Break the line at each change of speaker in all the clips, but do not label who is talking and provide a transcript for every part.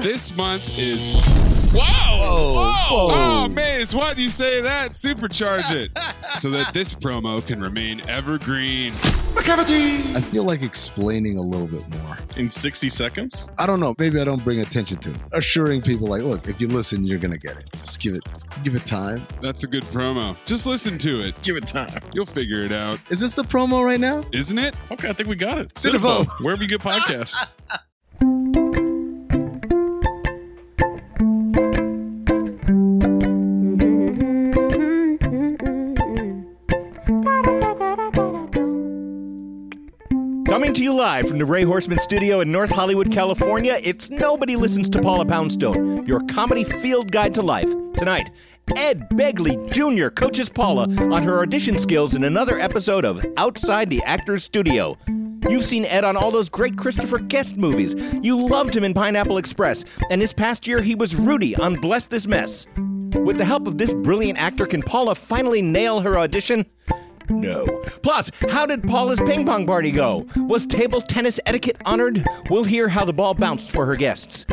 this month is. Wow!
Whoa.
Oh, Maze, why do you say that? Supercharge it so that this promo can remain evergreen.
I feel like explaining a little bit more.
In 60 seconds?
I don't know. Maybe I don't bring attention to it. Assuring people, like, look, if you listen, you're gonna get it. Just give it, give it time.
That's a good promo. Just listen to it.
Give it time.
You'll figure it out,
Is this the promo right now?
isn't it?
Okay, I think we got it.
Cinephobe.
Wherever you get podcasts.
Coming to you live from the Ray Horseman Studio in North Hollywood, California, it's Nobody Listens to Paula Poundstone, your comedy field guide to life. Tonight, Ed Begley Jr. coaches Paula on her audition skills in another episode of Outside the Actor's Studio. You've seen Ed on all those great Christopher Guest movies. You loved him in Pineapple Express, and this past year he was Rudy on Bless This Mess. With the help of this brilliant actor, can Paula finally nail her audition? No. Plus, how did Paula's ping pong party go? Was table tennis etiquette honored? We'll hear how the ball bounced for her guests.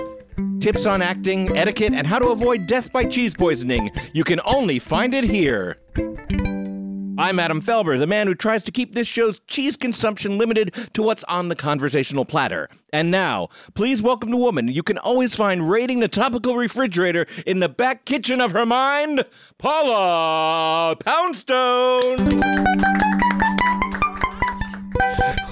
Tips on acting, etiquette, and how to avoid death by cheese poisoning. You can only find it here. I'm Adam Felber, the man who tries to keep this show's cheese consumption limited to what's on the conversational platter. And now, please welcome the woman you can always find raiding the topical refrigerator in the back kitchen of her mind, Paula Poundstone.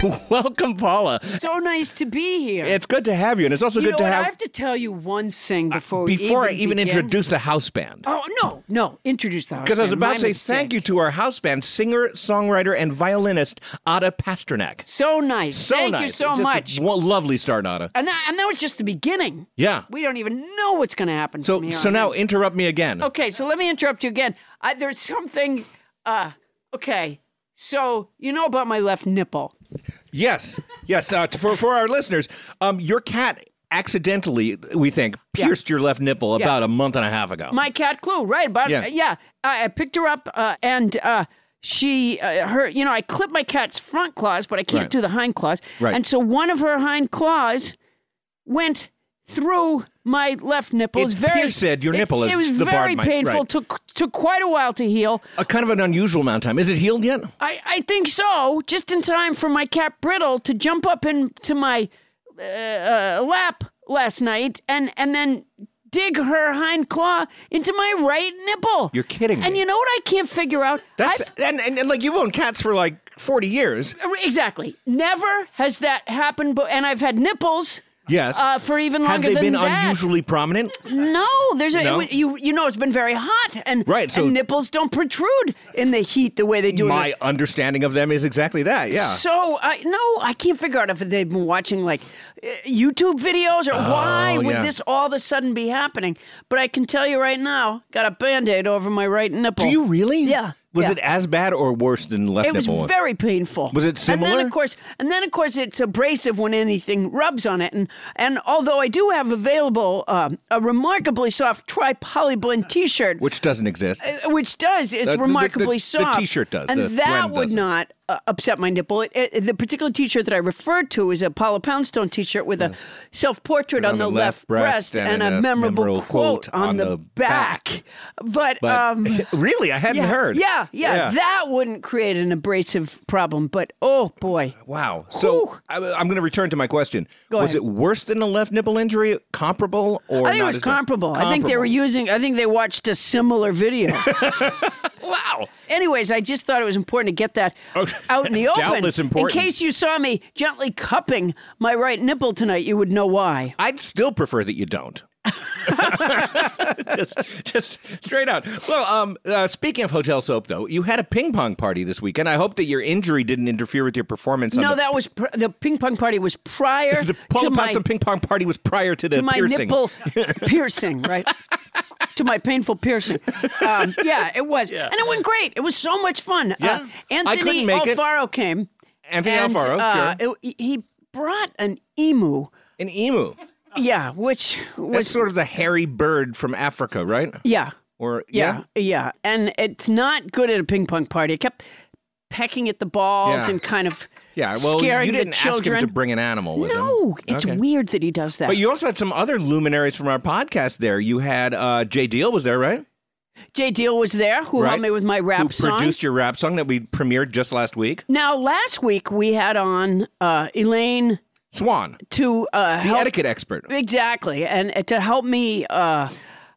welcome, Paula.
So nice to be here.
It's good to have you, and it's also
you
good
know
to
what?
have. Uh,
I have to tell you one thing before we
before
even
I even
begin.
introduce the house band.
Oh no, no! Introduce the house.
Because I was
band.
about
My
to say
mistake.
thank you to our house band singer, songwriter, and violinist Ada Pasternak.
So nice.
So
thank
nice.
you so
Just a
much.
wo- lovely start, Ada.
And that, and that was just the beginning.
Yeah.
We don't even know what's going to happen. from
So
here
so
on
now
out.
interrupt me again.
okay. So let me interrupt you again. I, there's something. Uh, okay. So you know about my left nipple.
Yes, yes. Uh, t- for for our listeners, um, your cat accidentally, we think, pierced your left nipple about a month and a half ago.
My cat Clue, right? About yeah.
Yeah.
I, I picked her up, uh, and uh, she, uh, her, you know, I clip my cat's front claws, but I can't
Right.
do the hind claws.
Right.
And so one of her hind claws went through my left nipple. It was
It
very
pierced it, your
it-
nipple,
It,
as
was
the
very
bard might-
painful.
right.
Took took quite a while to heal.
a kind of an unusual amount of time. Is it healed yet?
I, I think so. Just in time for my cat Brittle to jump up into my uh, uh, lap last night, and and then dig her hind claw into my right nipple.
You're kidding
And
me.
you know what I can't figure out?
That's
I've- Uh,
and, and and like you've owned cats for like forty years.
exactly never has that happened. But and I've had nipples.
Yes.
Uh, for even
Have
longer
they
than
been
that.
unusually prominent?
No, there's a,
No?
it- you you know it's been very hot and
Right, so-
and nipples don't protrude in the heat the way they do in the
my understanding of them is exactly that. Yeah.
So I no, I can't figure out if they've been watching like uh, YouTube videos or why would
Oh, yeah.
this all of a sudden be happening. But I can tell you right now, got a band-aid over my right nipple.
Do you really?
Yeah,
Was
yeah.
it as bad or worse than left
It was
nipple? one?
very painful.
Was it
And then
similar?
of course, and then of course, it's abrasive when anything rubs on it. And and although I do have available um, a remarkably soft tri polyblend T-shirt,
Which doesn't exist.
which does. It's
The- the- the-
remarkably
the
soft.
t-shirt does,
and
the
that
blend
would
doesn't.
not. uh, upset my nipple. It, it- the particular T-shirt that I referred to is a Paula Poundstone T-shirt with a self-portrait on, the, left, breast, and, a memorable, quote on, the back. But,
But
um,
really, I hadn't
yeah,
heard.
yeah, yeah,
Yeah.
that wouldn't create an abrasive problem. But oh boy,
Wow. So I, I'm going to return to my question.
Go
was
ahead.
it worse than a left nipple injury? Comparable or
I think it
not
was
as bad?
comparable. I think they were using. I think they watched a similar video.
Wow.
Anyways, I just thought it was important to get that out in the open.
Doubtless important.
In case you saw me gently cupping my right nipple tonight, you would know why.
I'd still prefer that you don't. just, just straight out. Well, um, uh, speaking of hotel soap, though, you had a ping pong party this weekend. I hope that your injury didn't interfere with your performance.
no,
on the,
that was pr- the ping pong party was prior
the
to
Paula
my
Potsdam ping pong party was prior to the
to my
piercing.
nipple piercing, right? to my painful piercing. Um, yeah, it was, and it went great. It was so much fun. Uh,
Yeah. I
Anthony
couldn't make it.
Alfaro came.
Anthony
and,
Alfaro,
uh,
sure.
it- he brought an emu.
An emu.
Yeah, which
That's
was
sort of the hairy bird from Africa, right?
yeah.
Or
Yeah, yeah, and it's not good at a ping pong party. It kept pecking at the balls
Yeah.
and kind of
Yeah, well,
scaring
you
the
didn't
children.
ask him to bring an animal with him.
no, it's
Okay.
weird that he does that.
But you also had some other luminaries from our podcast there. You had uh, Jay Deal was there, right?
Jay Deal was there, who
Right.
helped me with my rap
Who
song.
produced your rap song that we premiered just last week?
now, last week we had on uh, Elaine
Swan,
to uh,
the
help
etiquette expert.
exactly, and uh, to help me. Uh,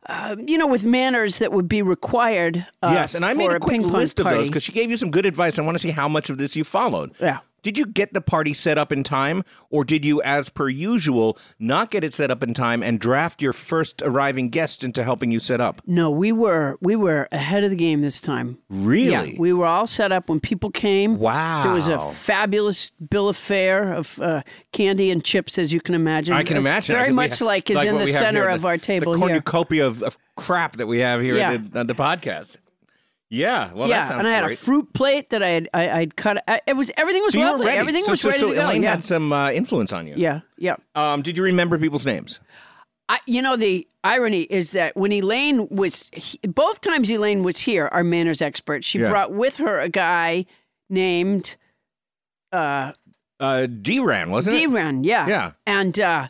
uh, you know, with manners that would be required. Uh,
yes, and I made
for
a quick
ping pong
list of those
party.
because she gave you some good advice. I want to see how much of this you followed.
Yeah.
Did you get the party set up in time, or did you, as per usual, not get it set up in time and draft your first arriving guest into helping you set up?
No, we were we were ahead of the game this time.
Really?
Yeah, we were all set up when people came.
Wow.
There was a fabulous bill of fare of uh, candy and chips, as you can imagine.
I can
Uh,
imagine. I
Very
think we
much
ha-
like is in
what
the
we have
center
here,
of
the-
our table
the
here.
cornucopia of, of crap that we have here
Yeah.
at the, at the podcast. Yeah, well, Oh, that
yeah,
sounds
and I had a
great.
fruit plate that I had. I, I'd cut. I, it was everything was
so you were
lovely.
ready.
Everything
so,
was
so,
ready
so
to go.
Elaine
Yeah.
had some uh, influence on you.
yeah, yeah.
Um, did you remember people's names?
I, you know the irony is that when Elaine was he- both times Elaine was here, our manners expert, she
Yeah.
brought with her a guy named. Uh,
Uh, D-Ran, wasn't it?
D-Ren, yeah.
Yeah.
And uh,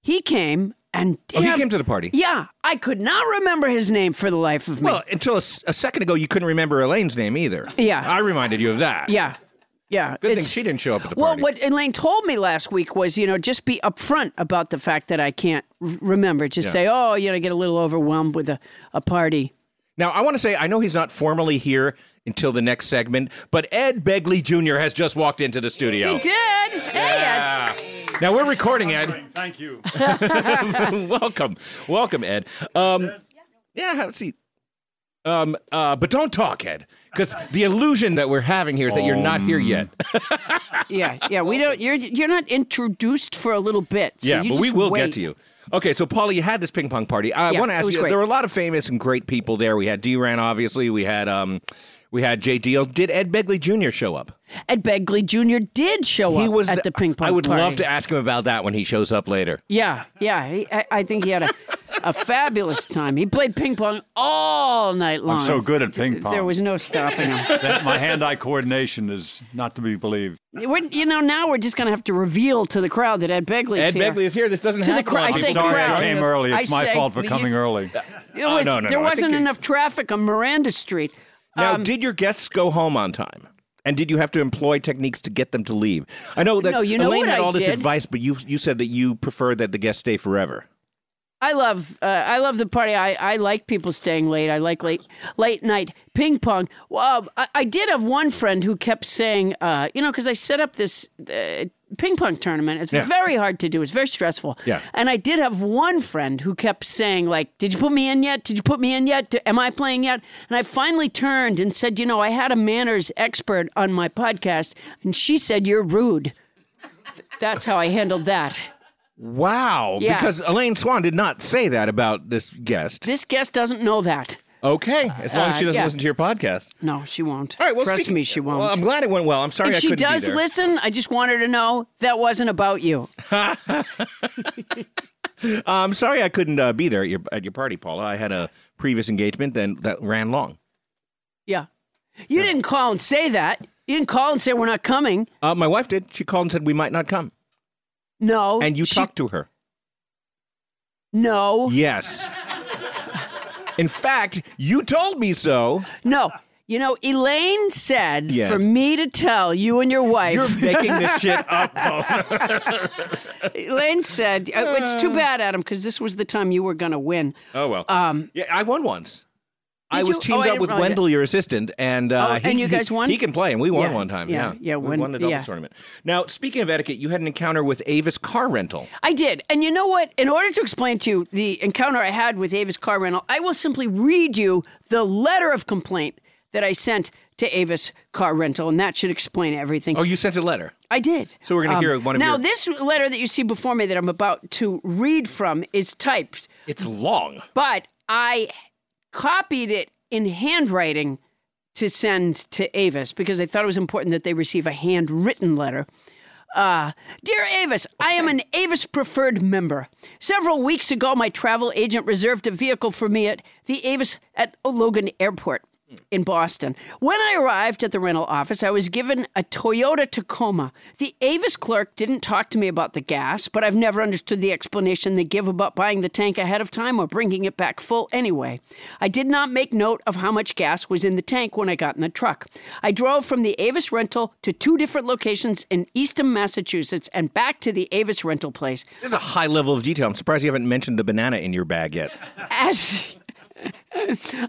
he came and
Oh,
damn,
he came to the party.
yeah, I could not remember his name for the life of me.
Well, until a, s- a second ago, you couldn't remember Elaine's name either.
Yeah.
I reminded you of that.
yeah, yeah.
Good thing
it's-
she didn't show up at the
Well,
party.
what Elaine told me last week was, you know, just be upfront about the fact that I can't r- remember. Just say, oh, you know, I get a little overwhelmed with a, a party.
Now, I want to say, I know he's not formally here until the next segment, but Ed Begley Jr. has just walked into the studio.
He did. Hey, Ed.
Now we're recording, Ed.
Thank you.
welcome, welcome, Ed. Um, yeah, have a seat. Um, uh, but don't talk, Ed, because the illusion that we're having here is that you're not here
Um,
yet.
Yeah, yeah. We don't. You're you're not introduced for a little bit. So
yeah,
you
but we
just
will
wait.
get to you. Okay, so Paula, you had this ping pong party. I
Yeah,
want to
it
ask
was
you.
great.
There were a lot of famous and great people there. We had D-Ran, obviously. We had um, we had Jay Deal. Did Ed Begley Jr. show up?
Ed Begley Jr. did show
he
up
was
at the, ping pong.
I would
party.
love to ask him about that when he shows up later.
Yeah, yeah. He, I, I think he had a, a fabulous time. He played ping pong all night long.
I'm so good at ping pong.
There was no stopping him.
That- my hand-eye coordination is not to be believed.
We're- you know, now we're just going to have to reveal to the crowd that Ed Begley's
Ed
here.
Begley is here. This doesn't
To the
happen. a
cra-
lot.
I
I'm
say
sorry
crowd.
I came early. It's
I
my
say-
fault for coming early.
It was,
Oh, no, no,
there
no, I
wasn't
think you-
enough traffic on Miranda Street.
Now,
Um,
did your guests go home on time? And did you have to employ techniques to get them to leave? I know that
No, you know
Elaine
what
had
I
all this
did?
advice, but you you said that you prefer that the guests stay forever.
I love uh, I love the party. I, I like people staying late. I like late late night ping pong. Well, I, I did have one friend who kept saying, uh, you know, because I set up this uh, ping pong tournament. It's very hard to do. It's very stressful.
Yeah.
And I did have one friend who kept saying, like, "Did you put me in yet? Did you put me in yet? Am I playing yet?" And I finally turned and said, "You know, I had a manners expert on my podcast, and she said you're rude." That's how I handled that.
Wow.
Yeah.
Because Elaine Swan did not say that about this guest.
This guest doesn't know that.
Okay. As long as she
Uh,
doesn't
yeah.
listen to your podcast.
No, she won't.
All right. Well,
trust
speaking-
me, she won't.
Well, I'm glad it went well. I'm sorry
if
I
she
couldn't be
does
there.
listen, I just want her to know that wasn't about you.
Uh, I'm sorry I couldn't uh, be there at your at your party, Paula. I had a previous engagement then that ran long.
Yeah, you didn't call and say that. You didn't call and say we're not coming.
Uh, my wife did. She called and said we might not come,
No.
and you
she-
talked to her.
No.
Yes. In fact, you told me so.
No. You know, Elaine said
Yes.
for me to tell you and your wife.
You're making this shit up. Paul.
Elaine said, uh, "It's too bad, Adam, because this was the time you were going to win."
Oh well.
Um,
yeah, I won once. I
Did
was
you? Oh, I
teamed up
didn't
with
realize that.
Wendell, your assistant, and
Oh,
uh,
and you guys
he,
won?
He can play, and we won
Yeah,
one time.
yeah,
Yeah,
yeah,
we
when-
won the doubles
yeah.
tournament. Now, speaking of etiquette, you had an encounter with Avis Car Rental.
I did, and you know what? In order to explain to you the encounter I had with Avis Car Rental, I will simply read you the letter of complaint that I sent to Avis Car Rental, and that should explain everything.
Oh, you sent a letter.
I did. Um,
So we're gonna hear one of
now
your-
this letter that you see before me that I'm about to read from is typed,
It's long.
but I copied it in handwriting to send to Avis because I thought it was important that they receive a handwritten letter. Uh, Dear Avis, I am an Avis preferred member. Several weeks ago, my travel agent reserved a vehicle for me at the Avis at Logan Airport in Boston. When I arrived at the rental office, I was given a Toyota Tacoma. The Avis clerk didn't talk to me about the gas, but I've never understood the explanation they give about buying the tank ahead of time or bringing it back full anyway. I did not make note of how much gas was in the tank when I got in the truck. I drove from the Avis rental to two different locations in Eastham, Massachusetts, and back to the Avis rental place.
This is a high level of detail. I'm surprised you haven't mentioned the banana in your bag yet.
As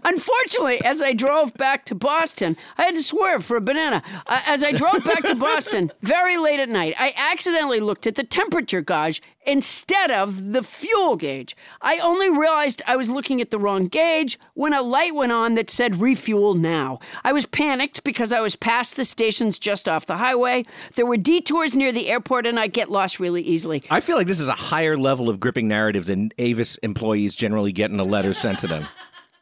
unfortunately, as I drove back to Boston, I had to swerve for a banana. Uh, As I drove back to Boston very late at night, I accidentally looked at the temperature gauge instead of the fuel gauge. I only realized I was looking at the wrong gauge when a light went on that said refuel now. I was panicked because I was past the stations just off the highway. There were detours near the airport, and I get lost really easily.
I feel like this is a higher level of gripping narrative than Avis employees generally get in a letter sent to them.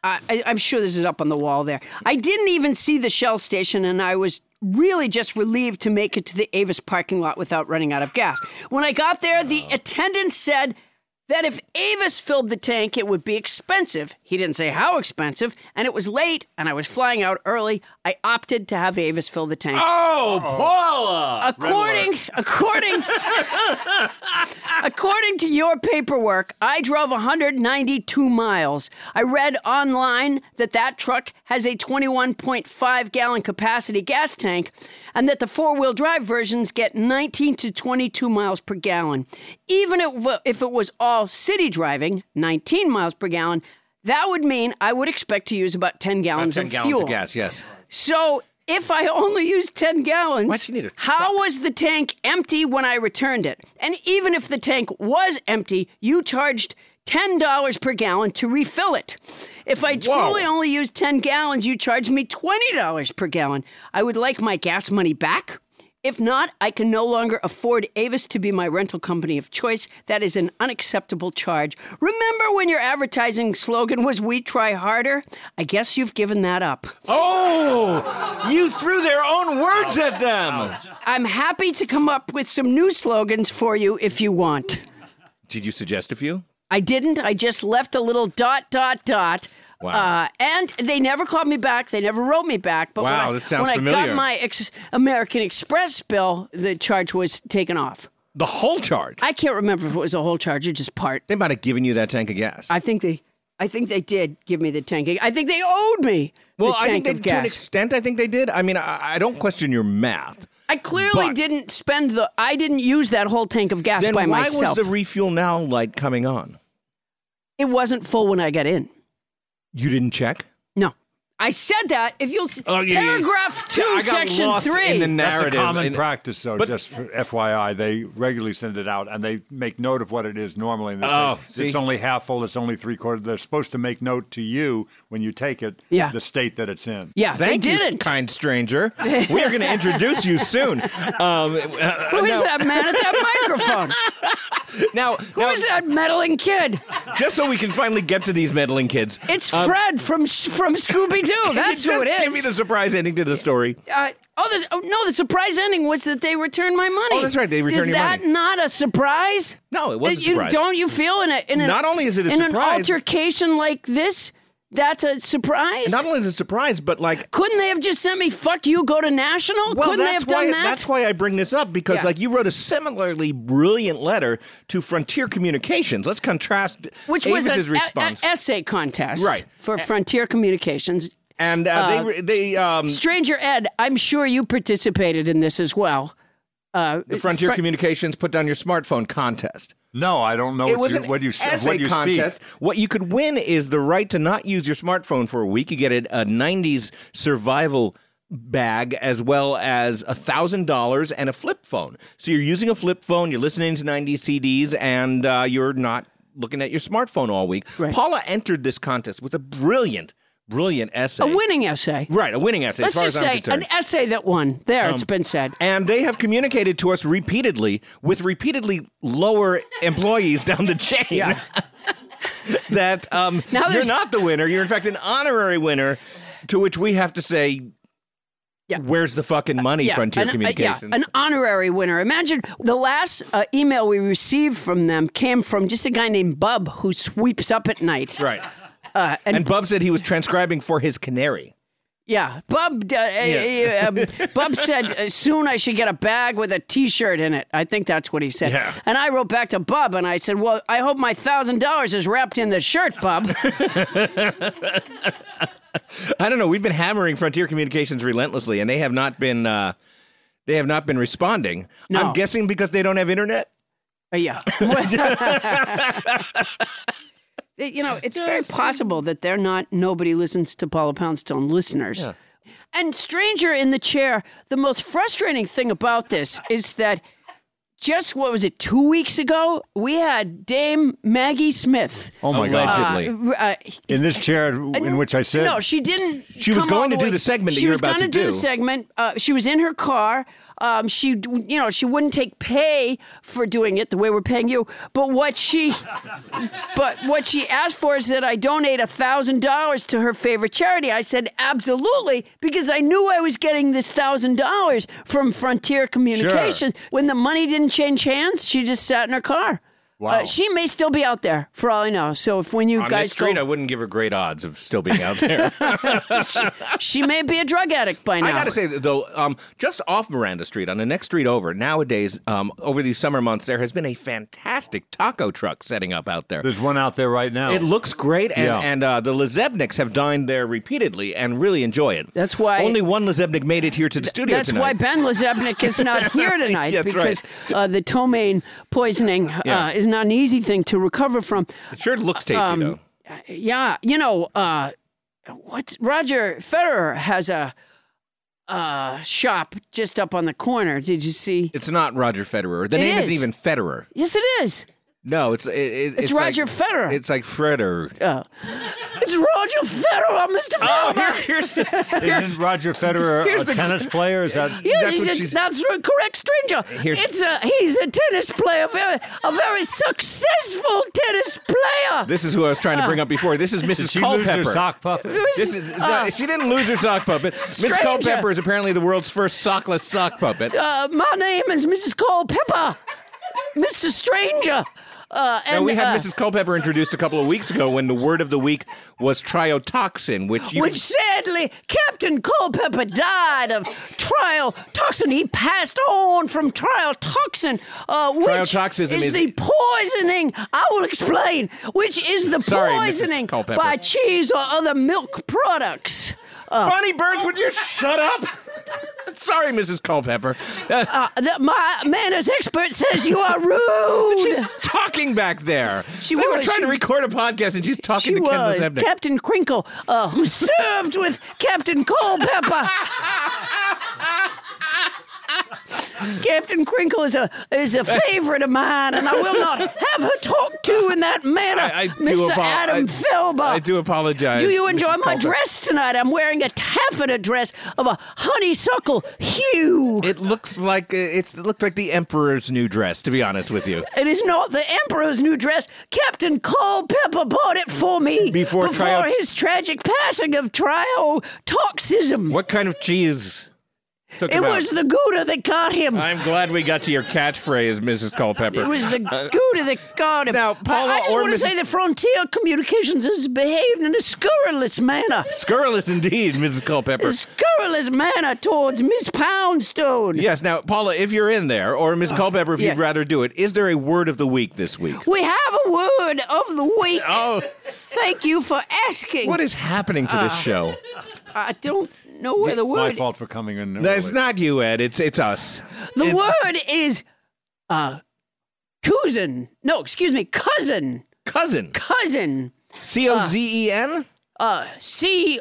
I, I- I'm sure this is up on the wall there. I didn't even see the Shell station, and I was really just relieved to make it to the Avis parking lot without running out of gas. When I got there, the attendant said that if Avis filled the tank, it would be expensive. He didn't say how expensive, and it was late, and I was flying out early. I opted to have Avis fill the tank.
Oh, Paula!
According, according, according to your paperwork, I drove 192 miles. I read online that that truck has a 21.5 gallon capacity gas tank, and that the four-wheel drive versions get 19 to 22 miles per gallon. Even if- if it was all city driving, 19 miles per gallon. That would mean I would expect to use about 10 gallons
10
of
gallons
fuel.
of gas, yes.
So if I only used 10 gallons,
Why'd you need a
how was the tank empty when I returned it? And even if the tank was empty, you charged $10 per gallon to refill it. If I truly only used 10 gallons, you charged me $20 per gallon. I would like my gas money back. If not, I can no longer afford Avis to be my rental company of choice. That is an unacceptable charge. Remember when your advertising slogan was We Try Harder? I guess you've given that up.
Oh, you threw their own words at them.
I'm happy to come up with some new slogans for you if you want.
Did you suggest a few?
I didn't. I just left a little dot, dot, dot.
Wow.
Uh, and they never called me back. They never wrote me back. But
Wow,
when, I,
this sounds
when I
familiar.
got my ex- American Express bill, the charge was taken off.
The whole charge.
I can't remember if it was a whole charge or just part.
They might have given you that tank of gas.
I think they, I think they did give me the tank. I think they owed me.
well,
the
I
tank
think they,
of
to an
gas.
extent, I think they did. I mean, I, I don't question your math.
I clearly
but-
didn't spend the. I didn't use that whole tank of gas
Then
by
why
myself.
was the refuel now light coming on?
it wasn't full when I got in.
You didn't check.
No. I said that. If you'll s
Oh, yeah, yeah.
paragraph two,
I got
section
lost
three.
in the
That's a
narrative.
common
and-
practice, though.
but-
just for FYI, they regularly send it out and they make note of what it is normally. And they say,
Oh,
it's
see?
only half full. It's only three quarters. They're supposed to make note to you when you take it.
Yeah.
the state that it's in.
yeah,
Thank
they
you,
didn't.
kind stranger. We are going to introduce you soon. Um, uh,
Who is
now-
that man at that microphone?
Now,
Who
now,
is that meddling kid?
just so we can finally get to these meddling kids.
It's
um,
Fred from S- from Scooby Doo.
can you
That's who
just
it is.
Give me the surprise ending to the story.
uh, oh, there's, oh, no, the surprise ending was that they returned my money.
Oh, that's right, they returned
Is
your
that
money.
not a surprise?
No, it was a
You-
surprise.
Don't you feel in a in a,
Not only is it a
in
surprise-
an altercation like this That's a surprise.
Not only is it a surprise, but like
Couldn't they have just sent me "fuck you, go to national"?
Well,
Couldn't they
that's
have done
why
that?
that's why I bring this up because
Yeah.
like you wrote a similarly brilliant letter to Frontier Communications. Let's contrast
Which was
Avis's
an e-
response.
e- essay contest,
Right.
For Frontier Communications.
and uh, they re- they um
Stranger Ed, I'm sure you participated in this as well. Uh,
the Frontier
Fron-
Communications put down your smartphone contest.
No, I don't know
It
what
was
Oh, you,
an
what you s-
essay
what you
contest.
speak.
What you could win is the right to not use your smartphone for a week. You get a, a '90s survival bag as well as a thousand dollars and a flip phone. So you're using a flip phone. You're listening to '90s CDs, and uh, you're not looking at your smartphone all week.
Right.
Paula entered this contest with a brilliant, brilliant essay.
a winning essay.
Right, a winning essay.
Let's
as far
just
as I'm
say
concerned. Um,
an essay that won. There, it's been said.
And they have communicated to us repeatedly with repeatedly lower employees down the chain.
Yeah.
that um,
Now
you're
there's-
not the winner. You're in fact an honorary winner, to which we have to say,
Yeah.
"Where's the fucking money, Frontier
an, uh, yeah,
Communications?"
an honorary winner. Imagine the last uh, email we received from them came from just a guy named Bub who sweeps up at night.
right.
Uh, and,
And Bub said he was transcribing for his canary.
yeah, Bub. Uh, uh, um, Bub said uh, soon I should get a bag with a T-shirt in it. I think that's what he said.
Yeah.
And I wrote back to Bub and I said, "Well, I hope my thousand dollars is wrapped in the shirt, Bub."
I don't know. We've been hammering Frontier Communications relentlessly, and they have not been. Uh, they have not been responding.
No.
I'm guessing because they don't have internet.
Uh, yeah. you know, it's very possible that they're not nobody listens to Paula Poundstone listeners. And stranger in the chair, the most frustrating thing about this is that just what was it, two weeks ago, we had Dame Maggie Smith.
Oh my
God.
Allegedly.
Uh,
In this chair in which I sit.
no, she didn't.
She was
come all
going to
the
do
way-
the segment that
She
you're
was
about
going to do
to
the
do.
segment. Uh, she was in her car. Um, she, d- you know, she wouldn't take pay for doing it the way we're paying you. But what she, but what she asked for is that I donate a thousand dollars to her favorite charity. I said absolutely because I knew I was getting this thousand dollars from Frontier Communications. When the money didn't change hands, she just sat in her car. Wow. she may still be out there for all I know. So if when you
On
guys
this street,
go,
I wouldn't give her great odds of still being out there.
she may be a drug addict by now.
I gotta say though, um, just off Miranda Street, on the next street over, nowadays, um, over these summer months, there has been a fantastic taco truck setting up out there.
There's one out there right now.
It looks great, and,
Yeah.
and uh, the Lezebniks have dined there repeatedly and really enjoy it.
That's why-
only one Lezebnik made it here to the studio
That's
tonight.
why Ben Lezebnik is not here tonight
That's
because uh, the ptomaine poisoning uh,
Yeah.
is not an easy thing to recover from.
it sure looks tasty
Um,
though.
Yeah, you know, uh, what Roger Federer has a uh, shop just up on the corner. Did you see?
It's not Roger Federer. The
It
name
is.
not even Federer.
Yes, it is.
No, it's it, it, it's, Oh.
Roger
like,
Federer.
It's like Fredder.
It's Roger Federer, Mr. Federer.
Oh, here's
Isn't Roger Federer
here's
a
the-
tennis player? Is that
Yeah,
That's
he's
what
a-
she's-
that's right, correct, stranger.
Here's-
It's a he's a tennis player, very a very successful tennis player.
This is who I was trying to bring up before. This is Mrs.
Did she lose
Culpepper.
her sock puppet?
This is, no, she didn't lose her sock puppet.
Ah.
Miss
Stranger.
Culpepper is apparently the world's first sockless sock puppet.
uh, my name is Mrs. Culpepper, Mr. Stranger. Uh, and
Now, we had
uh,
Mrs. Culpepper introduced a couple of weeks ago when the word of the week was triotoxin, which you
Which sadly, Captain Culpepper died of trial toxin. He passed on from trial toxin, uh, which
Triotoxism
is,
is-
the poisoning. I will explain. Which is the
Sorry, Mrs.
poisoning
Culpepper.
by cheese or other milk products.
Bonnie Burns, would you shut up? Sorry, Mrs. Culpepper. Uh,
that my manners expert says you are rude.
she's talking back there.
She
they were
was.
trying
She
to
was-
record a podcast and she's talking
she
to Ken
was
Lezebnik.
Captain Crinkle, uh, who served with Captain Culpepper. Captain Crinkle is a is a favorite of mine, and I will not have her talked to in that manner,
I- I do
Mr.
apo-
Adam
I-
Felber.
I do apologize.
Do you enjoy
Mrs.
my
Culpepper.
dress tonight? I'm wearing a taffeta dress of a honeysuckle hue.
It looks like uh, it's it looked like the emperor's new dress. To be honest with you,
It is not the Emperor's new dress. Captain Culpepper bought it for me
Before trial-
his tragic passing of triotoxism.
what kind of cheese?
Took
It
him out.
was the Gouda that got him.
I'm glad we got to your catchphrase, Mrs. Culpepper.
It was the
Uh,
Gouda that got him.
now,
I-
Paula
I, just
or
want to
Mrs.
say that Frontier Communications has behaved in a scurrilous manner.
Scurrilous indeed, Mrs.
A
Culpepper.
scurrilous manner towards Miss Poundstone.
Yes, now, Paula, if you're in there, or Ms.
Oh,
Culpepper, if
yeah.
you'd rather do it, is there a word of the week this week?
We have a word of the week.
Oh,
Thank you for asking.
what is happening to this
Uh.
show?
I don't know where the
My
word.
fault for coming in.
That's
early.
not you, Ed. It's it's us.
The
it's-
word is uh, cousin. No, excuse me, cousin.
Cousin.
Cousin.
C O Z E N?
Uh, C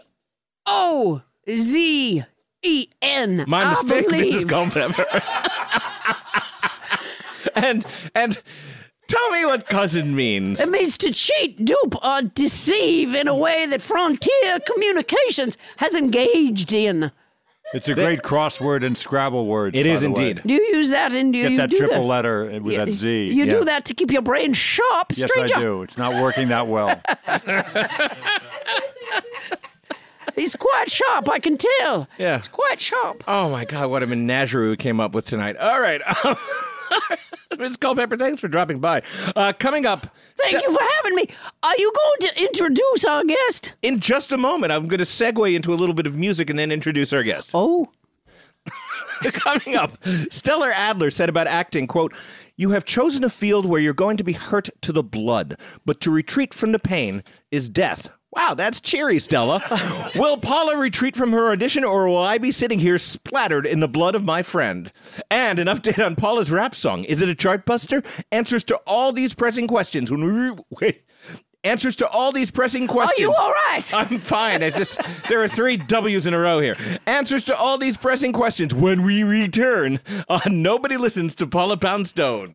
O Z E N.
My
I
mistake,
believe.
Mrs. Culpepper. and and tell me what cousin means.
It means to cheat, dupe, or deceive in a way that Frontier Communications has engaged in.
It's a great crossword and Scrabble word.
It
by
is
the way.
indeed.
Do you use that in do
Get
you
that
do that?
triple letter with that Z.
You
yeah.
do that to keep your brain sharp,
yes,
stranger.
I do. It's not working that well.
He's quite sharp, I can tell.
Yeah.
He's quite sharp.
Oh my God, what a menagerie we came up with tonight. All right. Ms. Culpepper, thanks for dropping by. Uh, coming up
Thank you for having me. Are you going to introduce our guest?
in just a moment, I'm going to segue into a little bit of music and then introduce our guest.
Oh,
Coming up, Stellar Adler said about acting, quote, you have chosen a field where you're going to be hurt to the blood, but to retreat from the pain is death. Wow, that's cheery, Stella. will Paula retreat from her audition, or will I be sitting here splattered in the blood of my friend? And an update on Paula's rap song. Is it a chartbuster? Answers to all these pressing questions when we... wait. Answers to all these pressing
are
questions.
Oh, you all right?
I'm fine. I just there are three W's in a row here. Answers to all these pressing questions when we return on Nobody Listens to Paula Poundstone.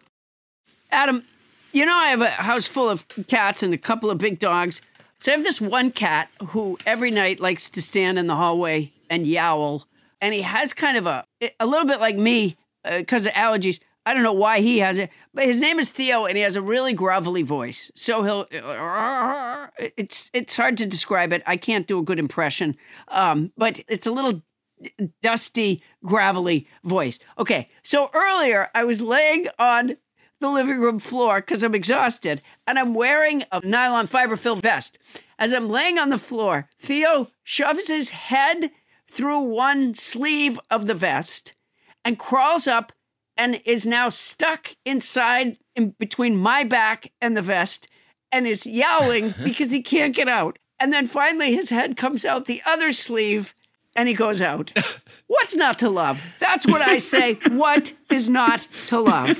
Adam, you know I have a house full of cats and a couple of big dogs. So I have this one cat who every night likes to stand in the hallway and yowl, and he has kind of a a little bit like me because of allergies. I don't know why he has it, but his name is Theo, and he has a really grovelly voice. So he'll it's it's hard to describe it. I can't do a good impression, um, but it's a little dusty, gravelly voice. Okay, so earlier I was laying on the living room floor because I'm exhausted and I'm wearing a nylon fiber filled vest. As I'm laying on the floor, Theo shoves his head through one sleeve of the vest and crawls up and is now stuck inside in between my back and the vest and is yowling because he can't get out. And then finally his head comes out the other sleeve and he goes out. What's not to love? That's what I say. What is not to love?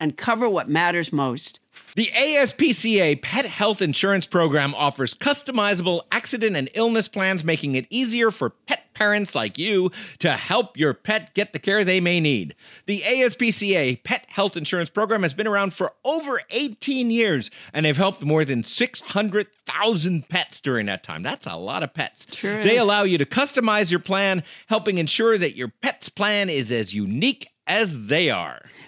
and cover what matters most.
The ASPCA Pet Health Insurance Program offers customizable accident and illness plans, making it easier for pet parents like you to help your pet get the care they may need. The ASPCA Pet Health Insurance Program has been around for over 18 years and they've helped more than 600,000 pets during that time. That's a lot of pets.
Sure
They
is.
allow you to customize your plan, helping ensure that your pet's plan is as unique as they are.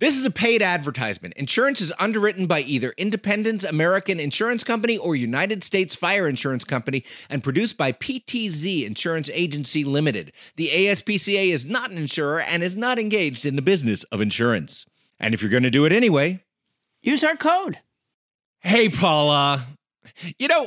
This is a paid advertisement. Insurance is underwritten by either Independence American Insurance Company or United States Fire Insurance Company and produced by PTZ Insurance Agency Limited. The ASPCA is not an insurer and is not engaged in the business of insurance. And if you're going to do it anyway,
Use our code.
Hey, Paula. You know,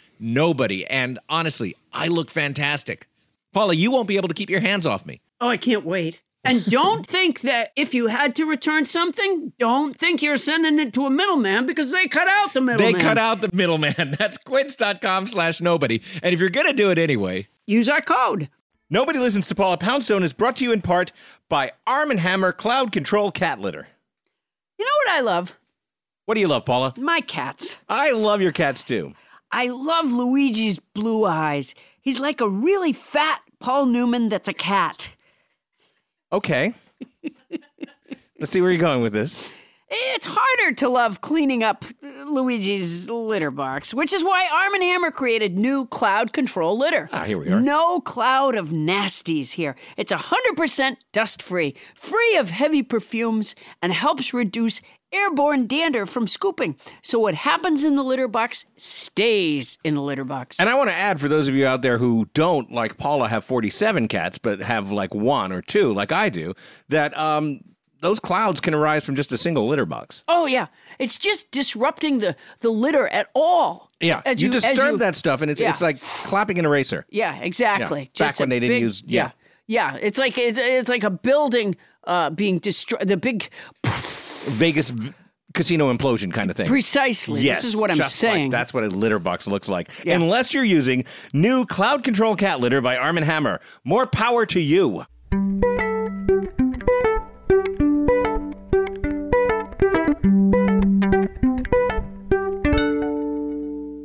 nobody. And honestly, I look fantastic. Paula, you won't be able to keep your hands off me.
Oh, I can't wait. And don't think that if you had to return something, don't think you're sending it to a middleman because they cut out the middleman.
They cut out the middleman. That's quince.com slash nobody. And if you're going to do it anyway,
Use our code.
Nobody Listens to Paula Poundstone is brought to you in part by Arm & Hammer Cloud Control Cat Litter.
You know what I love?
What do you love, Paula?
My cats.
I love your cats too.
I love Luigi's blue eyes. He's like a really fat Paul Newman that's a cat.
Okay. Let's see where you're going with this.
It's harder to love cleaning up Luigi's litter box, which is why Arm & Hammer created new cloud control litter.
Ah, here we are.
No cloud of nasties here. It's 100% dust-free, free of heavy perfumes, and helps reduce airborne dander from scooping. So what happens in the litter box stays in the litter box.
And I want to add for those of you out there who don't, like Paula, have 47 cats, but have like one or two, like I do, that um, those clouds can arise from just a single litter box.
oh yeah, it's just disrupting the the litter at all.
Yeah.
As
you,
as
disturb that stuff, and it's,
Yeah.
it's like clapping an eraser.
Yeah, exactly.
Back when
a
they didn't use- yeah.
yeah, It's like it's, it's like a building uh, being destroyed. The big,
Vegas v- casino implosion kind of thing.
precisely.
Yes,
this is what I'm
just like-
saying.
that's what a litter box looks like. Unless you're using new Cloud Control Cat Litter by Arm & Hammer. More power to you.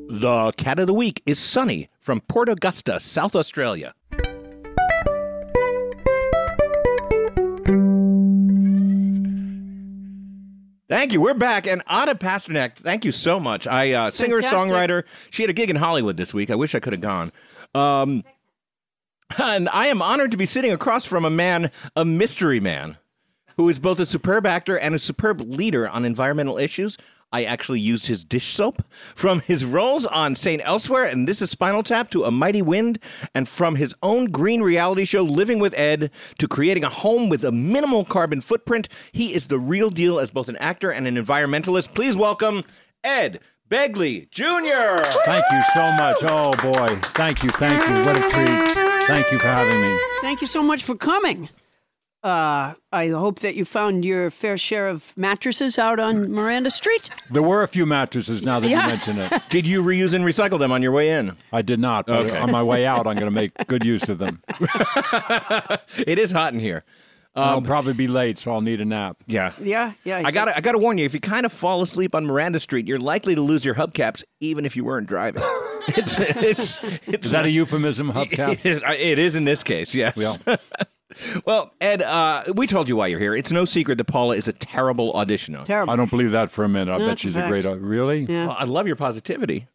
The cat of the week is Sunny from Port Augusta, South Australia. Thank you. We're back. And Ada Pasternak, thank you so much. I uh, singer songwriter. She had a gig in Hollywood this week. I wish I could have gone. Um, and I am honored to be sitting across from a man, a mystery man, who is both a superb actor and a superb leader on environmental issues. I actually used his dish soap from his roles on St. Elsewhere and This is Spinal Tap to A Mighty Wind, and from his own green reality show Living with Ed to creating a home with a minimal carbon footprint. He is the real deal as both an actor and an environmentalist. Please welcome Ed Begley Jr.
Thank you so much. Oh boy, thank you, thank you. What a treat. Thank you for having me.
Thank you so much for coming. Uh, I hope that you found your fair share of mattresses out on Miranda Street.
There were a few mattresses now that
Yeah.
you mention it.
Did you reuse and recycle them on your way in?
I did not, but
Okay. Um,
on my way out, I'm going to make good use of them.
It is hot in here.
I'll probably be late, so I'll need a nap.
Yeah.
Yeah, yeah.
I gotta, I gotta warn you. If you kind of fall asleep on Miranda Street, you're likely to lose your hubcaps, even if you weren't driving. it's, it's, it's
Is that a euphemism, hubcap?
it is in this case, yes.
Yeah.
well, Ed, uh, we told you why you're here. It's no secret that Paula is a terrible auditioner.
Terrible.
I don't believe that for a minute. I bet
that's a
she's a
fact.
great. uh, Really?
Well, I love your positivity.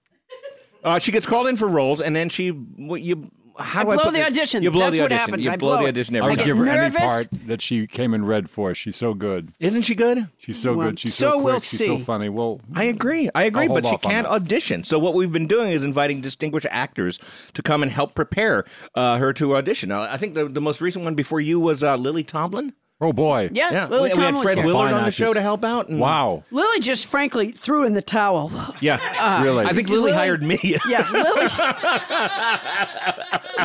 Uh, she gets called in for roles, and then she, well, you, how
I
do
blow
put
the
this?
audition.
You blow
That's
the
what
audition.
happens.
You
I
blow
blow
the
it.
audition
I
every
would
get
time.
give her
nervous.
any part that she came and read for. She's so good.
Isn't she good?
She's so
Well,
good. She's so,
so
quick.
we'll
she's so
see.
funny. Well,
I agree. I agree,
I'll
but
hold
she
off on
can't
that.
audition. So what we've been doing is inviting distinguished actors to come and help prepare uh, her to audition. Now, I think the, the most recent one before you was uh, Lily Tomlin.
oh boy.
Yeah,
we,
Lily
we had
Tomlin was
Fred
here.
Willard
Fine
on the
actress.
show to help out. and-
Wow.
Lily just frankly threw in the towel.
Yeah,
Really?
I think Lily,
Lily-
hired me.
Yeah, Lily.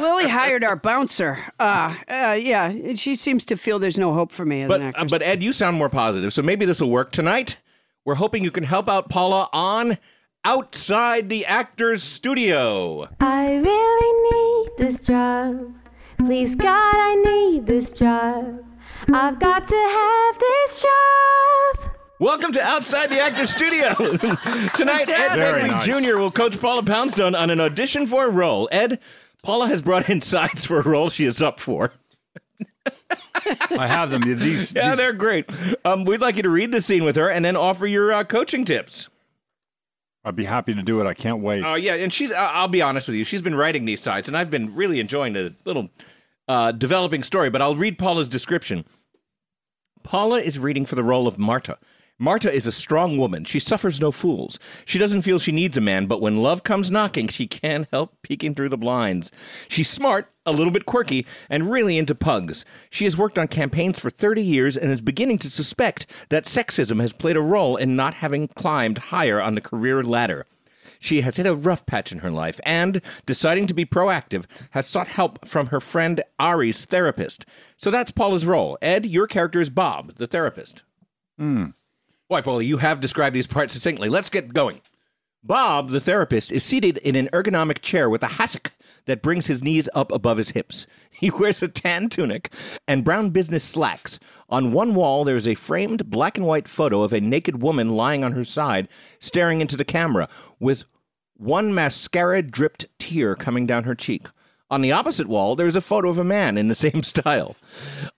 Lily hired our bouncer. Uh, uh, yeah, and she seems to feel there's no hope for me as
but
an
uh,
actress.
but Ed, you sound more positive, so maybe this will work tonight. We're hoping you can help out Paula on outside the actors' studio.
I really need this job. Please, God, I need this job. I've got to have this job.
Welcome to Outside the Actors Studio. Tonight, Ed
Very
Begley Jr. will coach Paula Poundstone on an audition for a role. Ed, Paula has brought in sides for a role she is up for.
I have them. These.
Yeah,
these
they're great. Um, we'd like you to read the scene with her and then offer your uh, coaching tips.
I'd be happy to do it. I can't wait.
Oh yeah, and she's—I'll be honest with you—she's been writing these sides, and I've been really enjoying the little uh, developing story. But I'll read Paula's description. Paula is reading for the role of Marta. Marta is a strong woman. She suffers no fools. She doesn't feel she needs a man, but when love comes knocking, she can't help peeking through the blinds. She's smart, a little bit quirky, and really into pugs. She has worked on campaigns for 30 years and is beginning to suspect that sexism has played a role in not having climbed higher on the career ladder. She has hit a rough patch in her life and, deciding to be proactive, has sought help from her friend Ari's therapist. So that's Paula's role. Ed, your character is Bob, the therapist. Why, Paula, you have described these parts succinctly. Let's get going. Bob, the therapist, is seated in an ergonomic chair with a hassock that brings his knees up above his hips. He wears a tan tunic and brown business slacks. On one wall, there is a framed black and white photo of a naked woman lying on her side, staring into the camera, with one mascara dripped tear coming down her cheek. On the opposite wall, there is a photo of a man in the same style.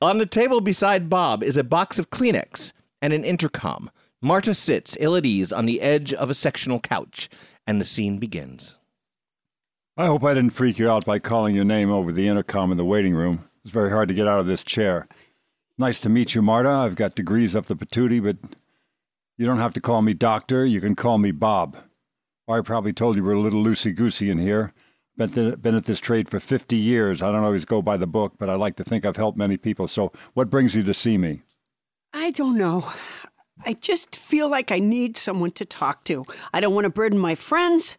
On the table beside Bob is a box of Kleenex and an intercom. Marta sits, ill at ease, on the edge of a sectional couch, and the scene begins.
I hope I didn't freak you out by calling your name over the intercom in the waiting room. It's very hard to get out of this chair. Nice to meet you, Marta. I've got degrees up the patootie, but you don't have to call me doctor. You can call me Bob. Or I probably told you we're a little loosey goosey in here. Been, th- been at this trade for 50 years. I don't always go by the book, but I like to think I've helped many people. So, what brings you to see me?
I don't know. I just feel like I need someone to talk to. I don't want to burden my friends,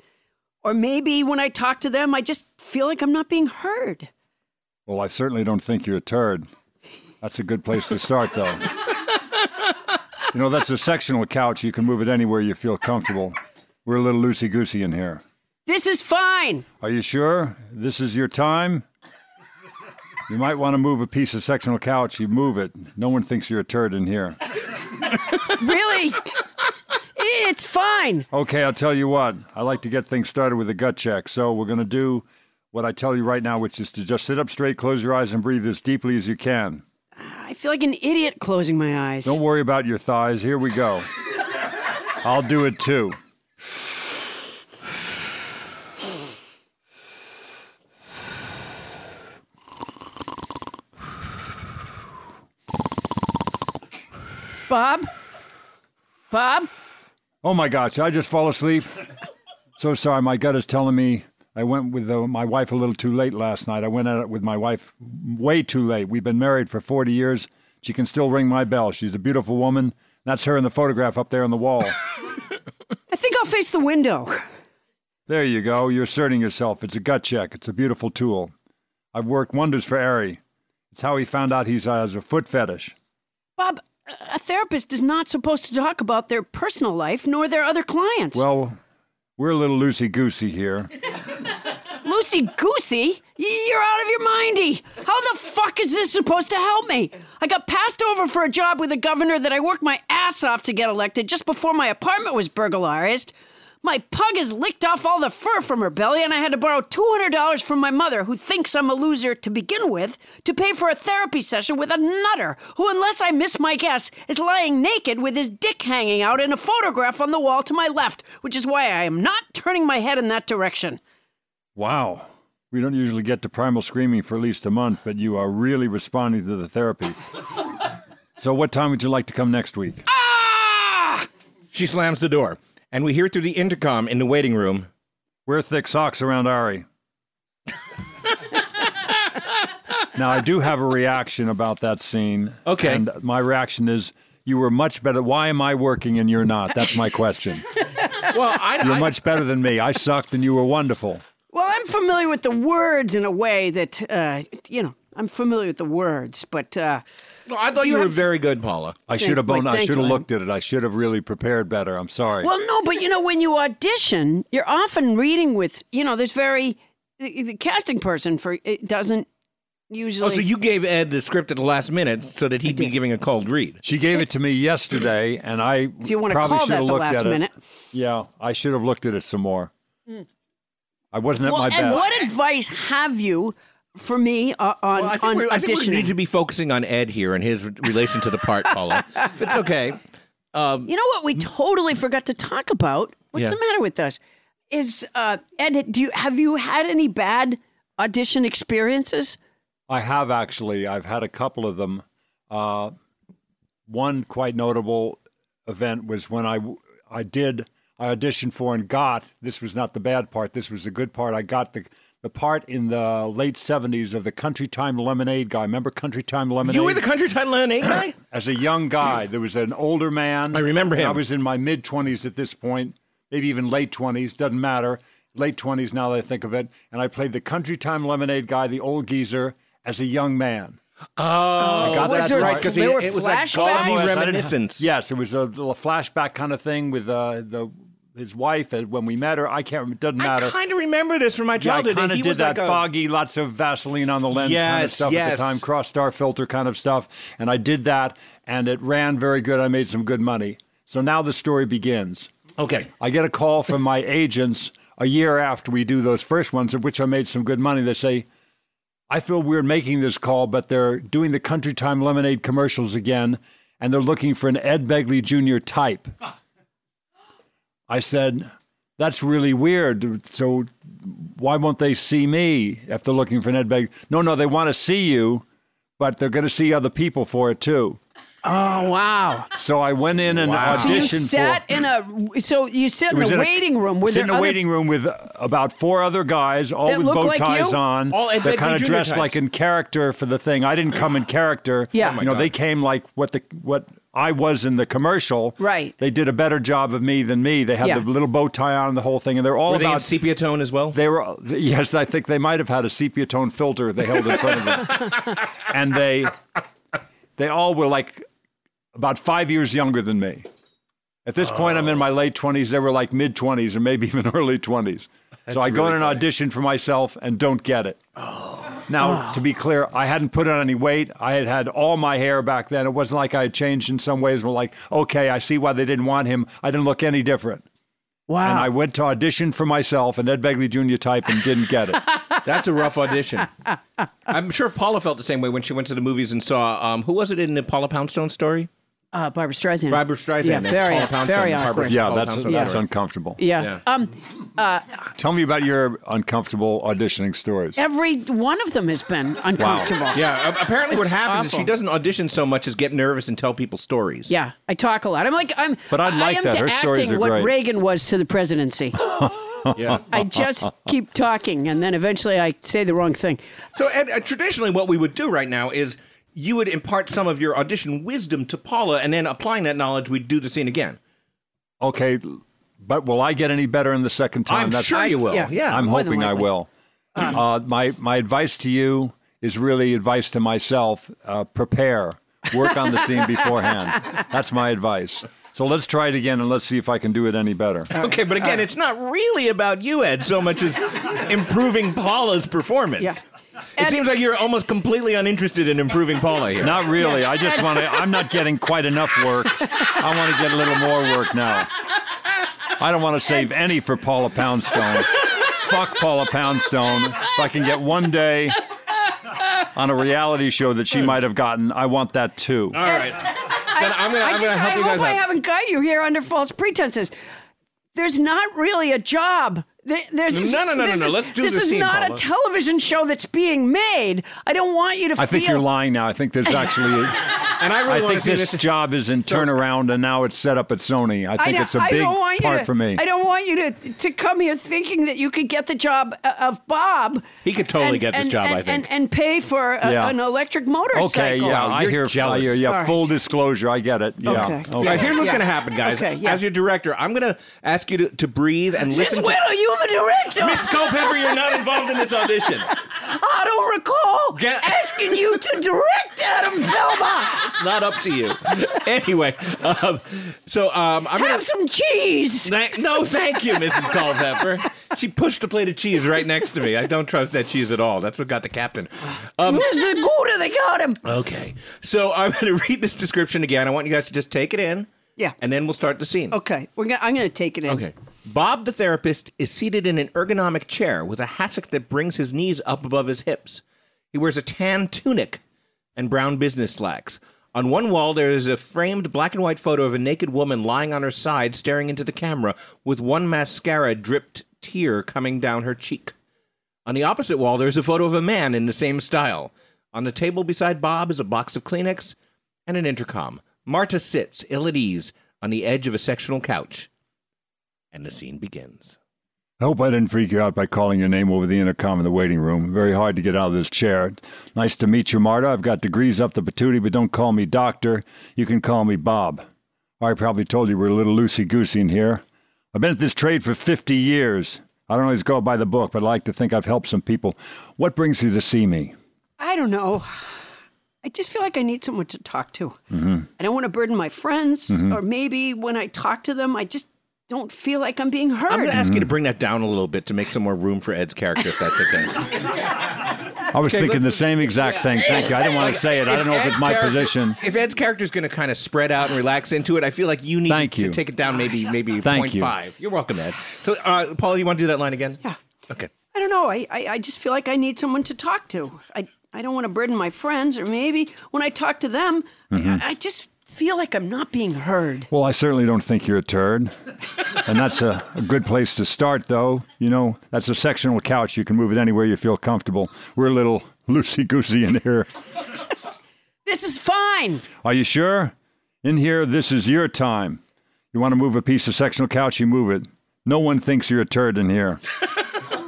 or maybe when I talk to them, I just feel like I'm not being heard.
Well, I certainly don't think you're a turd. That's a good place to start, though. you know, that's a sectional couch. You can move it anywhere you feel comfortable. We're a little loosey goosey in here.
This is fine.
Are you sure this is your time? You might want to move a piece of sectional couch. You move it. No one thinks you're a turd in here.
Really? it's fine.
Okay, I'll tell you what. I like to get things started with a gut check. So we're going to do what I tell you right now, which is to just sit up straight, close your eyes, and breathe as deeply as you can.
I feel like an idiot closing my eyes.
Don't worry about your thighs. Here we go. I'll do it too.
Bob? Bob?
Oh my gosh, did I just fall asleep? So sorry, my gut is telling me I went with uh, my wife a little too late last night. I went at it with my wife way too late. We've been married for 40 years. She can still ring my bell. She's a beautiful woman. That's her in the photograph up there on the wall.
I think I'll face the window.
There you go. You're asserting yourself. It's a gut check. It's a beautiful tool. I've worked wonders for Ari. It's how he found out he has a foot fetish.
Bob, a therapist is not supposed to talk about their personal life nor their other clients.
Well, we're a little loosey goosey here.
Lucy Goosey, y- you're out of your mindy. How the fuck is this supposed to help me? I got passed over for a job with a governor that I worked my ass off to get elected just before my apartment was burglarized. My pug has licked off all the fur from her belly, and I had to borrow $200 from my mother, who thinks I'm a loser to begin with, to pay for a therapy session with a nutter who, unless I miss my guess, is lying naked with his dick hanging out in a photograph on the wall to my left, which is why I am not turning my head in that direction.
Wow. We don't usually get to primal screaming for at least a month, but you are really responding to the therapy. so, what time would you like to come next week?
Ah!
She slams the door, and we hear through the intercom in the waiting room.
Wear thick socks around Ari. now, I do have a reaction about that scene.
Okay.
And my reaction is you were much better. Why am I working and you're not? That's my question.
Well, I,
You're much better than me. I sucked and you were wonderful.
Well, I'm familiar with the words in a way that, uh, you know, I'm familiar with the words, but. Uh,
I thought
do
you, were
have-
very good, Paula.
I
Thank-
should have boned.
like,
I
thank
should
you,
have
Len.
looked at it. I should have really prepared better. I'm sorry.
Well, no, but you know, when you audition, you're often reading with, you know, there's very. The, the casting person for it doesn't usually.
Oh, so you gave Ed the script at the last minute so that he'd be giving a cold read.
she gave it to me yesterday, and I
if you want to
probably
call
should
that
have
the
looked
last
at
minute.
it. Yeah, I should have looked at it some more. I wasn't at
Well,
my
and
best.
what advice have you for me uh, on,
I think,
on
we're- I think we
auditioning?
need to be focusing on Ed here and his relation to the part, Paula. If it's okay.
You know what we totally forgot to talk about? What's
Yeah.
the matter with us? Is uh Ed, do you have you had any bad audition experiences?
I have actually. I've had a couple of them. Uh, one quite notable event was when I w- I did I auditioned for and got this was not the bad part. This was the good part. I got the the part in the late seventies of the Country Time Lemonade guy. Remember Country Time Lemonade?
You were the country title and eight guy?
as a young guy. There was an older man.
I remember
And I
him.
was in my mid 20s at this point, maybe even late 20s, doesn't matter. Late 20s now that I think of it. And I played the Country Time Lemonade guy, the old geezer, as a young man.
Oh,
got
was
that
there-
right.
because
There were
it was like
flashbacks?
gauzy
Yes, I didn't-
reminiscence.
Yes, it was a, little flashback kind of thing with uh, the his wife uh, when we met her. I can't remember, it doesn't matter.
I kind of remember this from my
Yeah, I
childhood.
kind
and
of
he
did
was
that
like a-
foggy, lots of Vaseline on the lens kind of
Yes,
stuff at
yes.
the time, cross star filter kind of stuff. And I did that, and it ran very good. I made some good money. So now the story begins.
Okay.
I get a call from my agents a year after we do those first ones, of which I made some good money. They say, I feel weird making this call, but they're doing the Country Time Lemonade commercials again, and they're looking for an Ed Begley Jr. type. I said, That's really weird. So why won't they see me if they're looking for an Ed Begley? No, no, they want to see you, but they're going to see other people for it too.
Oh wow!
So I went in and
Wow. So
You
auditioned for.
sat in a so you sat in
It was
a
in
waiting room. Were
was
there
in the
other-
waiting room with uh, about four other guys, all
That
with
looked
bow
like
ties
you?
on.
All Ed
They're
Begley
kind of
Jr.
dressed
types.
like in character for the thing. I didn't come in character.
Yeah. Oh my
you know they came like what the what I was in the commercial.
Right.
They did a better job of me than me. They had
Yeah.
the little bow tie on and the whole thing, and they're all
Were they in
about.
sepia tone as well?
They were yes, I think they might have had a sepia tone filter they held in front of them, and they they all were like about five years younger than me. At this point, I'm in my late twenties. They were like mid twenties or maybe even early twenties. So I go in an audition for myself and don't get it. Now, to be clear, I hadn't put on any weight. I had had all my hair back then. It wasn't like I had changed in some ways. We're like, okay, I see why they didn't want him. I didn't look any different.
Wow!
And I went to audition for myself, an Ed Begley Jr. type, and didn't get it.
That's a rough audition. I'm sure Paula felt the same way when she went to the movies and saw um, who was it in the Paula Poundstone story?
uh, Barbara Streisand.
Barbara Streisand.
Yeah,
That's
very,
Paula Poundstone
very
and Barbara
awkward.
yeah,
Paul
that's
Thompson.
that's
Yeah.
uncomfortable.
Yeah.
Yeah.
Um,
Tell me about your uncomfortable auditioning stories.
every one of them has been uncomfortable.
Yeah, a- apparently what
It's
happens is
awful.
she doesn't audition so much as get nervous and tell people stories.
Yeah, I talk a lot. I'm like I'm.
But I'd like
I am
that.
to
Her stories
acting
are
what
great.
Reagan was to the presidency.
Yeah.
I just keep talking, and then eventually I say the wrong thing.
So and, uh, traditionally what we would do right now is you would impart some of your audition wisdom to Paula and then applying that knowledge we'd do the scene again.
Okay, but will I get any better in the second time?
I'm sure you will.
yeah.
yeah. Uh-huh.
I'm
more than
hoping I
likely.
will. uh, my my advice to you is really advice to myself. Uh, prepare, work on the scene beforehand. That's my advice. So let's try it again and let's see if I can do it any better.
Okay, but again, it's not really about you, Ed, so much as improving Paula's performance.
Yeah.
It
Ed-
seems like you're almost completely uninterested in improving Paula here.
Not really. I just want to. I'm not getting quite enough work. I want to get a little more work now. I don't want to save any for Paula Poundstone. Fuck Paula Poundstone. If I can get one day on a reality show that she might have gotten, I want that too.
All right. Then I'm going
I
I'm to
just
help
I
you guys
hope I
out.
haven't got you here under false pretenses. There's not really a job. There- There's
No,
this-
no, no, no,
this
no.
is-
Let's do
this
the
is
scene,
not
Paula.
a television show that's being made. I don't want you to.
I think
feel-
you're lying now. I think there's actually.
And I really
I
wanna
think
see
this
this-
job is in turnaround, and now it's set up at Sony. I think
don't-
it's a
I
big
don't want you
part
to,
for me.
I don't want you to to come here thinking that you could get the job uh, of Bob.
He could totally
and-
get this
and-
job,
and,
I think.
And, and pay for a,
Yeah.
an electric motorcycle.
Okay, yeah, I
you're
hear, I
jealous.
hear, yeah,
Sorry.
full disclosure, I get it. Yeah,
Okay.
okay.
Now, here's what's
Yeah.
going to happen, guys.
Okay, yeah.
As your director, I'm going to ask you to, to breathe and
Since
listen
when
to.
are you the director?
Miss Culpepper, you're not involved in this audition.
I don't recall
Get-
asking you to direct Adam Velma.
It's not up to you. Anyway, um, so um, I'm going
Have
to.
some cheese.
Thank- no, thank you, Mrs. Culpepper. She pushed a plate of cheese right next to me. I don't trust that cheese at all. That's what got the captain. Um,
Where's the Gouda? They got him.
okay, so I'm going to read this description again. I want you guys to just take it in.
Yeah.
And then we'll start the scene.
Okay, we're gonna, I'm going to take it in.
Okay. Bob, the therapist, is seated in an ergonomic chair with a hassock that brings his knees up above his hips. He wears a tan tunic and brown business slacks. On one wall, there is a framed black and white photo of a naked woman lying on her side, staring into the camera, with one mascara dripped tear coming down her cheek. On the opposite wall, there is a photo of a man in the same style. On the table beside Bob is a box of Kleenex and an intercom. Marta sits, ill at ease, on the edge of a sectional couch. And the scene begins.
I hope I didn't freak you out by calling your name over the intercom in the waiting room. Very hard to get out of this chair. Nice to meet you, Marta. I've got degrees up the patootie, but don't call me doctor. You can call me Bob. I probably told you we're a little loosey goosey in here. I've been at this trade for 50 years. I don't always go by the book, but I like to think I've helped some people. What brings you to see me?
I don't know. I just feel like I need someone to talk to.
Mm-hmm.
I don't want to burden my friends, or maybe when I talk to them, I just don't feel like I'm being heard.
I'm going to ask you to bring that down a little bit to make some more room for Ed's character, if that's okay.
I was thinking the same exact thing. Thank you. I didn't want to say it. I don't know if it's my
character-
position.
If Ed's character is going to kind of spread out and relax into it, I feel like you need
Thank
to
you.
take it down maybe maybe
Thank
point
you.
0.5. You're welcome, Ed. So, uh, Paul, you want to do that line again?
Yeah.
Okay.
I don't know. I, I, I just feel like I need someone to talk to. I, I don't want to burden my friends, or maybe when I talk to them, I-
Mm-hmm.
I, I just feel like I'm not being heard.
Well, I certainly don't think you're a turd. and that's a, a good place to start, though. You know, that's a sectional couch. You can move it anywhere you feel comfortable. We're a little loosey goosey in here.
This is fine.
Are you sure? In here, this is your time. You want to move a piece of sectional couch, you move it. No one thinks you're a turd in here.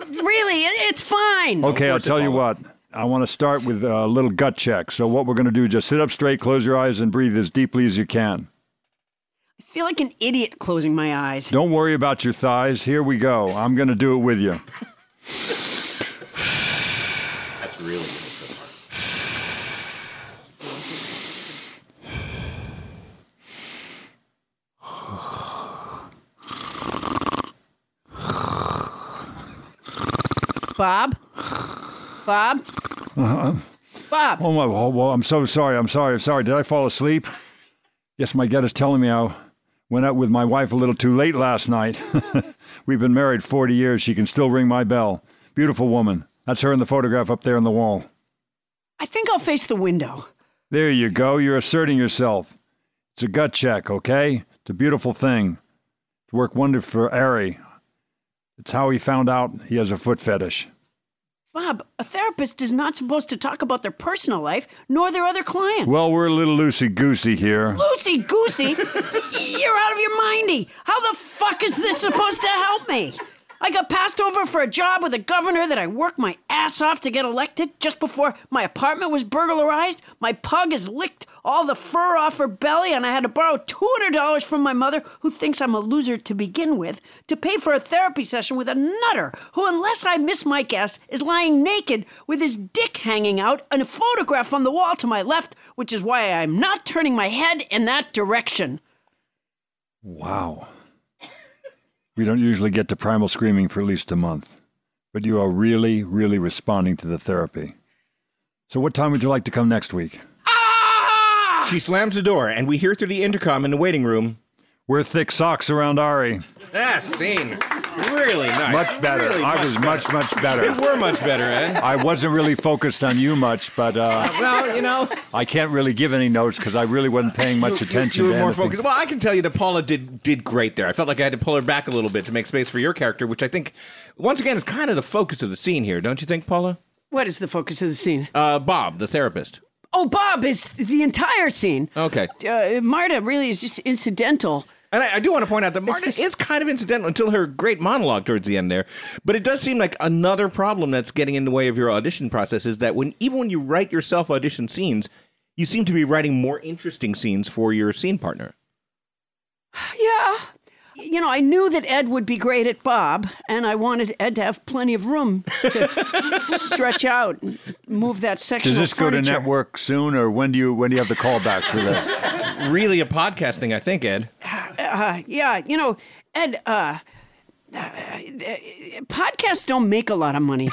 Really, it- it's fine.
Okay, I'll tell you what. I want to start with a little gut check. So, what we're going to do, just sit up straight, close your eyes, and breathe as deeply as you can.
I feel like an idiot closing my eyes.
Don't worry about your thighs. Here we go. I'm going to do it with you.
That's really good.
Bob? Bob? Bob?
Oh my! Well, well, I'm so sorry. I'm sorry. I'm sorry. Did I fall asleep? Yes, my gut is telling me I went out with my wife a little too late last night. We've been married 40 years. She can still ring my bell. Beautiful woman. That's her in the photograph up there on the wall.
I think I'll face the window.
There you go. You're asserting yourself. It's a gut check, okay? It's a beautiful thing. It worked wonder for Ari. It's how he found out he has a foot fetish.
Bob, a therapist is not supposed to talk about their personal life nor their other clients.
Well, we're a little loosey goosey here.
Loosey goosey, you're out of your mindy. How the fuck is this supposed to help me? I got passed over for a job with a governor that I worked my ass off to get elected just before my apartment was burglarized. My pug has licked all the fur off her belly, and I had to borrow $200 from my mother, who thinks I'm a loser to begin with, to pay for a therapy session with a nutter who, unless I miss my guess, is lying naked with his dick hanging out and a photograph on the wall to my left, which is why I'm not turning my head in that direction.
Wow. We don't usually get to primal screaming for at least a month, but you are really, really responding to the therapy. So, what time would you like to come next week?
She slams the door, and we hear through the intercom in the waiting room.
Wear thick socks around Ari.
Ah, scene. Really nice.
Much better.
Really
I was much, much better.
You were much better, Ed.
I wasn't really focused on you much, but uh,
well, you know,
I can't really give any notes because I really wasn't paying much attention
You were
to
more
anything.
focused. Well, I can tell you that Paula did did great there. I felt like I had to pull her back a little bit to make space for your character, which I think, once again, is kind of the focus of the scene here, don't you think, Paula?
What is the focus of the scene?
Uh, Bob, the therapist.
Oh, Bob is the entire scene.
Okay.
Uh, Marta really is just incidental.
And I, I do want to point out that Marta is kind of incidental until her great monologue towards the end there. But it does seem like another problem that's getting in the way of your audition process is that when even when you write yourself audition scenes, you seem to be writing more interesting scenes for your scene partner.
Yeah. You know, I knew that Ed would be great at Bob, and I wanted Ed to have plenty of room to stretch out and move that section.
Does this go to network soon, or when do you when do you have the callback for this?
Really, a podcast thing, I think, Ed.
Uh, yeah, you know, Ed, uh, uh, podcasts don't make a lot of money.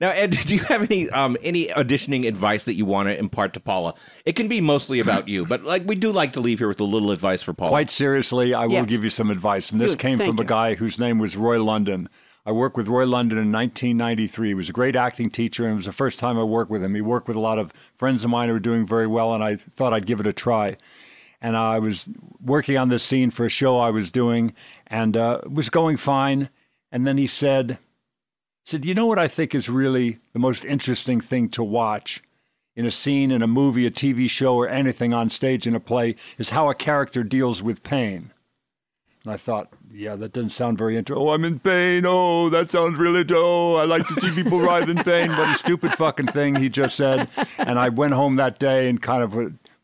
Now, Ed, do you have any um, any auditioning advice that you want to impart to Paula? It can be mostly about you, but like we do like to leave here with a little advice for Paula.
Quite seriously, I will
Yeah.
give you some advice, and this
Good,
came
thank
from a
you.
guy whose name was Roy London. I worked with Roy London in 1993. He was a great acting teacher, and it was the first time I worked with him. He worked with a lot of friends of mine who were doing very well, and I thought I'd give it a try. And I was working on this scene for a show I was doing, and uh, it was going fine. And then he said, said, "You know what I think is really the most interesting thing to watch in a scene, in a movie, a TV show, or anything on stage in a play is how a character deals with pain." And I thought, "Yeah, that doesn't sound very interesting. Oh, I'm in pain. Oh, that sounds really dope. I like to see people writhe in pain." What a stupid fucking thing he just said. And I went home that day and kind of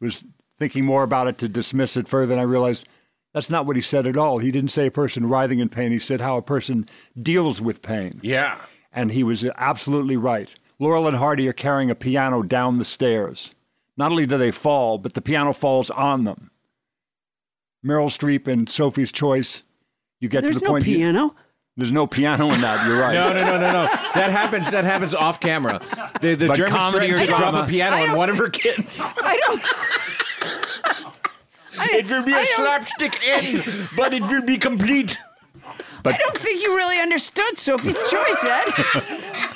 was thinking more about it to dismiss it further. And I realized. That's not what he said at all. He didn't say a person writhing in pain. He said how a person deals with pain
Yeah.
and he was absolutely right. Laurel and Hardy are carrying a piano down the stairs. Not only do they fall, but the piano falls on them. Meryl Streep and Sophie's Choice, you get to
There's
the
no
point. you-
piano.
there's no piano in that. You're right.
No, no, no, no, no. That happens. That happens off camera. The, the
But
Germans
comedy
threatened
or
to drop
drama-
a piano
I
on
don't-
one of her kids.
I don't. I,
It will be
I
a
don't-
slapstick end, but it will be complete.
I don't think you really understood Sophie's choice, Ed.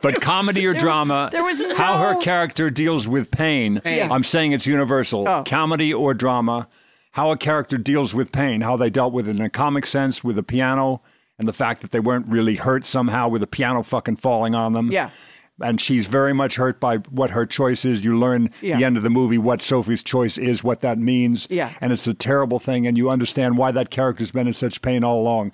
But comedy or drama,
there was
how her
no-
character deals with pain.
Pain.
I'm saying it's universal.
Oh.
Comedy or drama, how a character deals with pain, how they dealt with it in a comic sense with a piano and the fact that they weren't really hurt somehow with a piano fucking falling on them.
Yeah.
And she's very much hurt by what her choice is. You learn
Yeah.
the end of the movie what Sophie's choice is, what that means.
Yeah.
And it's a terrible thing, and you understand why that character's been in such pain all along.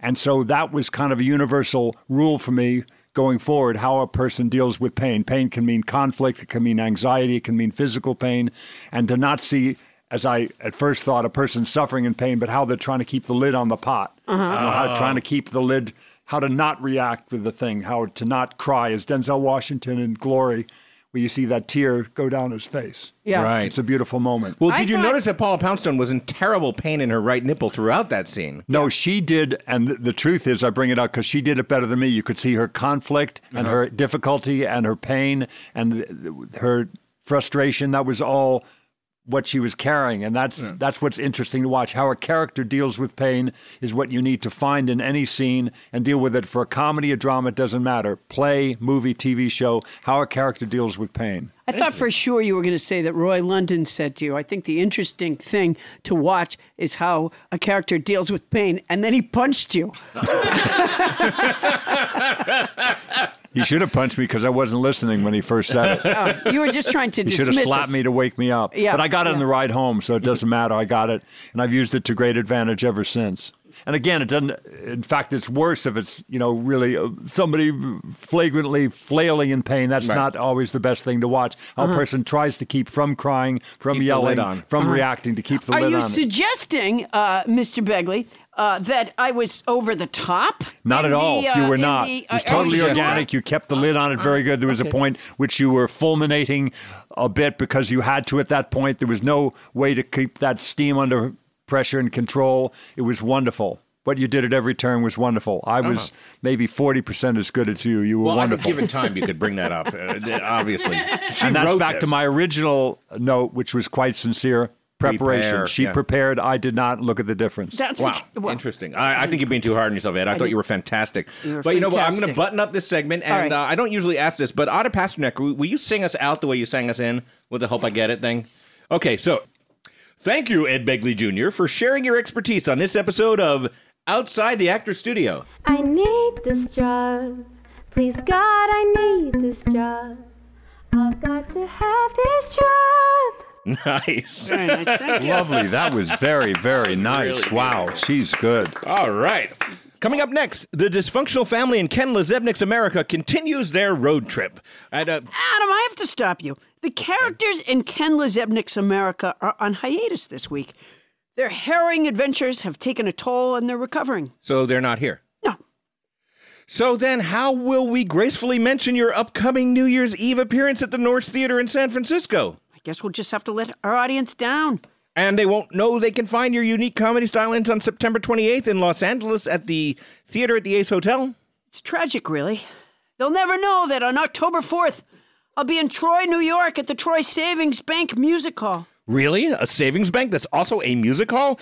And so that was kind of a universal rule for me going forward how a person deals with pain. Pain can mean conflict, it can mean anxiety, it can mean physical pain, and to not see. As I at first thought, a person suffering in pain, but how they're trying to keep the lid on the pot, You know, how trying to keep the lid, how to not react with the thing, how to not cry, as Denzel Washington in Glory, where you see that tear go down his face.
Yeah.
Right.
It's a beautiful moment.
Well,
I
did you
thought-
notice that Paula Poundstone was in terrible pain in her right nipple throughout that scene?
no, she did, and th- the truth is, I bring it up because she did it better than me. You could see her conflict and her difficulty and her pain and th- th- her frustration. That was all what she was carrying, and that's that's what's interesting to watch. How a character deals with pain is what you need to find in any scene and deal with it. For a comedy, a drama, it doesn't matter. Play, movie, TV show. How a character deals with pain.
I thought for sure you were going to say that Roy London said to you, I think the interesting thing to watch is how a character deals with pain. And then he punched you.
He should have punched me because I wasn't listening when he first said it.
Oh, You were just trying to
You should
dismiss
have
it.
slapped me to wake me up.
Yeah,
But I got it
yeah.
on the ride home, so it doesn't matter. I got it, and I've used it to great advantage ever since. And again, it doesn't. In fact, it's worse if it's you know really uh, somebody flagrantly flailing in pain. That's not always the best thing to watch. How a person tries to keep from crying, from
Mm-hmm. lid
yelling,
on.
from reacting, to keep the
Mm-hmm. Are
lid
you
on. it.
suggesting, uh, Mr. Begley, uh, that I was over the top?
Not
in
at all.
the, uh,
you were
in
not.
the-
it was
uh,
oh,
are you
totally
sure?
organic. You kept the lid on it very good. There was a point which you were fulminating a bit because you had to at that point. There was no way to keep that steam under pressure and control. It was wonderful. What you did at every turn was wonderful. I was maybe 40% as good as you. You were
Uh-huh. Well, I think
wonderful.
given time, you could bring that up. Uh, obviously, she
and that's
wrote
back to
this.
my original note, which was quite sincere. Preparation.
Prepare,
she
yeah.
prepared. I did not look at the difference.
That's
wow.
what- well,
Interesting. I, I think you're being too hard on yourself, Ed. I, thought you were fantastic.
You were
but you know what? I'm going to
fantastic.
button up this segment, and
All right.
uh, I don't usually ask this, but Otta Pasternak, will, will you sing us out the way you sang us in with the "Hope I Get It" thing? Okay, so thank you, Ed Begley Jr., for sharing your expertise on this episode of Outside the Actor Studio.
I need this job. Please God, I need this job. I've got to have this job.
Nice.
Very nice. Thank you.
Lovely. That was very, very nice. wow. She's good.
All right. Coming up next, the dysfunctional family in Ken Lezebnik's America continues their road trip. At a,
Adam, I have to stop you. The characters in Ken Lezebnik's America are on hiatus this week. Their harrowing adventures have taken a toll and they're recovering.
So they're not here.
No.
So then, how will we gracefully mention your upcoming New Year's Eve appearance at the Norse Theater in San Francisco?
I guess we'll just have to let our audience down.
And they won't know they can find your unique comedy stylings on September 28th in Los Angeles at the theater at the Ace Hotel.
It's tragic, really. They'll never know that on October 4th, I'll be in Troy, New York at the Troy Savings Bank Music Hall.
Really? A savings bank that's also a music hall?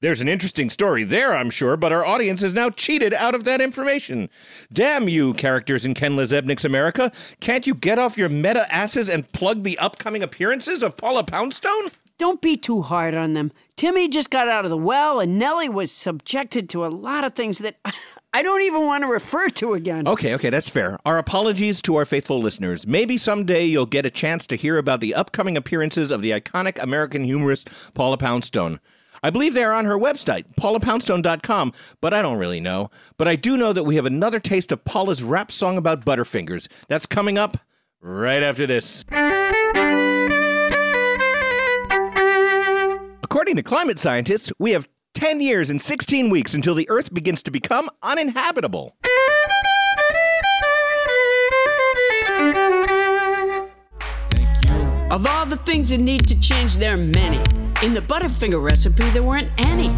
There's an interesting story there, I'm sure, but our audience is now cheated out of that information. Damn you, characters in Ken Lezebnik's America. Can't you get off your meta asses and plug the upcoming appearances of Paula Poundstone?
Don't be too hard on them. Timmy just got out of the well, and Nellie was subjected to a lot of things that I don't even want to refer to again.
Okay, okay, that's fair. Our apologies to our faithful listeners. Maybe someday you'll get a chance to hear about the upcoming appearances of the iconic American humorist Paula Poundstone. I believe they are on her website, paulapoundstone.com, but I don't really know. But I do know that we have another taste of Paula's rap song about Butterfingers. That's coming up right after this. According to climate scientists, we have 10 years and 16 weeks until the Earth begins to become uninhabitable.
Of all the things that need to change, there are many. In the Butterfinger recipe, there weren't any.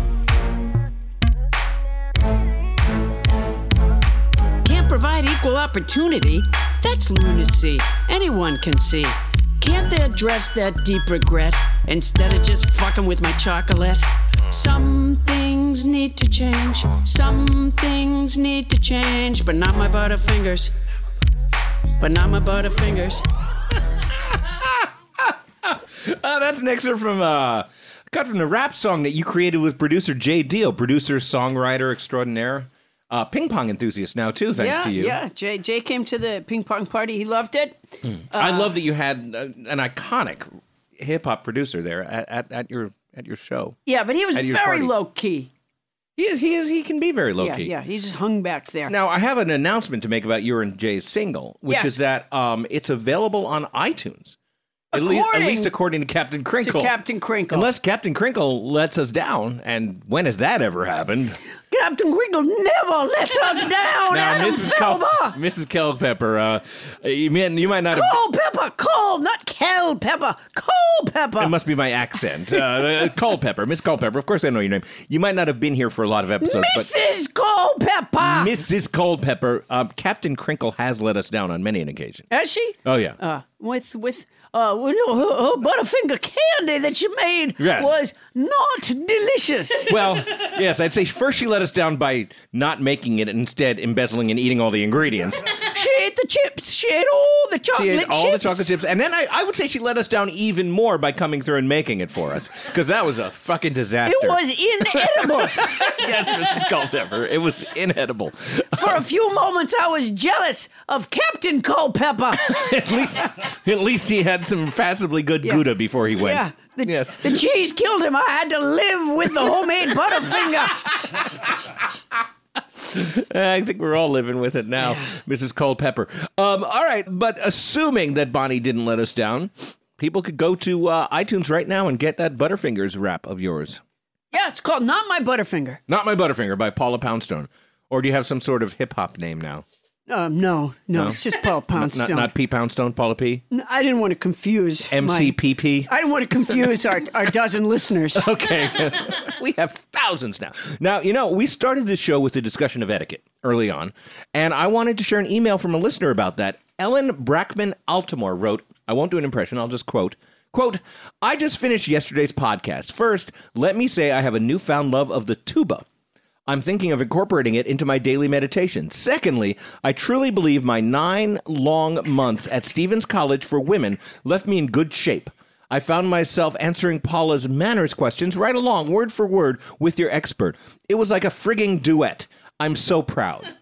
Can't provide equal opportunity? That's lunacy. Anyone can see. Can't they address that deep regret instead of just fucking with my chocolate? Some things need to change. Some things need to change, but not my Butterfingers. But not my Butterfingers.
Uh, that's an excerpt from uh, cut from the rap song that you created with producer Jay Deal, producer songwriter extraordinaire, uh, ping pong enthusiast now too, thanks
yeah,
to you.
yeah. Jay, Jay came to the ping pong party. He loved it.
I love that you had uh, an iconic hip hop producer there at, at, at your at your show.
Yeah, but he was
At your
very
party.
low key.
He is, he is, he can be very low
Yeah,
key.
yeah. He just hung back there.
Now I have an announcement to make about your and Jay's single, which
Yes.
is that um, it's available on iTunes. At least, at
According
least according to Captain
to
Crinkle.
Captain Crinkle.
Unless Captain Crinkle lets us down, and when has that ever happened?
Captain Crinkle never lets us down.
Now,
Adam
Mrs. Kel-
Silver.
Mrs. Culpepper, uh, you, mean, you might not. Have,
Cole Pepper, Cole, not Kel Pepper, Cole Pepper.
it must be my accent. Uh, Culpepper, Miss Culpepper. Of course, I know your name. You might not have been here for a lot of episodes, but
Mrs. Cole Pepper.
Mrs. Culpepper, um, Captain Crinkle has let us down on many an occasion.
Is she?
Oh yeah.
Uh, with with uh, with- her, her butterfinger candy that she made
Yes.
was not delicious.
well, yes, I'd say first she let us down by not making it, instead embezzling and eating all the ingredients.
she ate the chips. She ate all the chocolate
She ate all
chips.
the chocolate chips, and then I, I would say she let us down even more by coming through and making it for us, because that was a fucking disaster.
It was inedible.
yes, Mrs. Culpepper. It was inedible.
For a few moments, I was jealous of Captain Culpepper.
At least, at least he had some passably good Gouda before he went.
yeah. The,
Yes.
the cheese killed him. I had to live with the homemade Butterfinger.
I think we're all living with it now, Mrs. Culpepper. Um, all right, but assuming that Bonnie didn't let us down, people could go to uh, iTunes right now and get that Butterfingers rap of yours.
Yeah, it's called Not My Butterfinger.
Not My Butterfinger by Paula Poundstone. Or do you have some sort of hip hop name now?
Um, no, no, it's just Paul
Not,
Poundstone.
not, not P Poundstone, Paula P?
I didn't want to confuse my-
MCPP?
I didn't want to confuse our, our dozen listeners.
Okay. we have thousands now. Now, you know, we started this show with a discussion of etiquette early on, and I wanted to share an email from a listener about that. Ellen Brackman Altimore wrote, I won't do an impression, I'll just quote Quote, I just finished yesterday's podcast. First, let me say I have a newfound love of the tuba. I'm thinking of incorporating it into my daily meditation. Secondly, I truly believe my nine long months at Stevens College for Women left me in good shape. I found myself answering Paula's manners questions right along, word for word, with your expert. It was like a frigging duet. I'm so proud.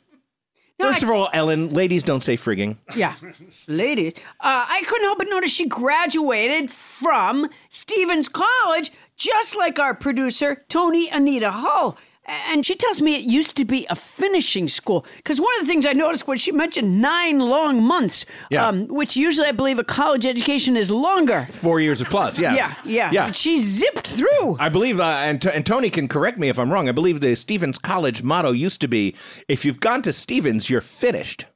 First of all, Ellen, ladies don't say frigging.
Yeah, ladies. Uh, I couldn't help but notice she graduated from Stevens College, just like our producer, Tony Anita Hull. A- And she tells me it used to be a finishing school. Because one of the things I noticed was she mentioned nine long months, um,
Yeah.
which usually I believe a college education is longer.
Four years or plus, yes.
Yeah, yeah.
yeah.
And she zipped through.
I believe, uh, and, and Tony can correct me if I'm wrong. I believe the Stevens College motto used to be, "If you've gone to Stevens, you're finished."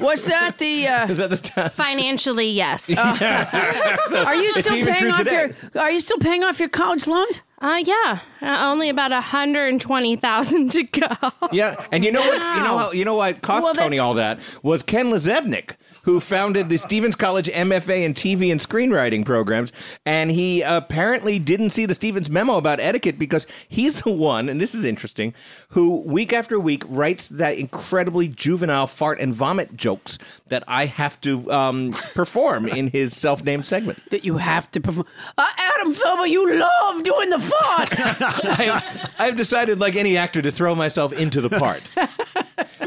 Was that the? Uh,
Is that the time?
financially, yes.
So
Are you
uh, it's
still
even
paying
true
off
today.
your? Are you still paying off your college loans? Uh, yeah, uh, only about a hundred and twenty thousand to go.
Yeah, and you know what? You know
Wow.
how, you know what cost
Well,
Tony
that's-
all that was Ken Lezebnik, who founded the Stevens College MFA in TV and screenwriting programs, and he apparently didn't see the Stevens memo about etiquette because he's the one, and this is interesting, who week after week writes that incredibly juvenile fart and vomit jokes that I have to um, perform in his self-named segment.
That you have to perform. Uh, Adam Felber, you love doing the farts.
I've, I've decided, like any actor, to throw myself into the part.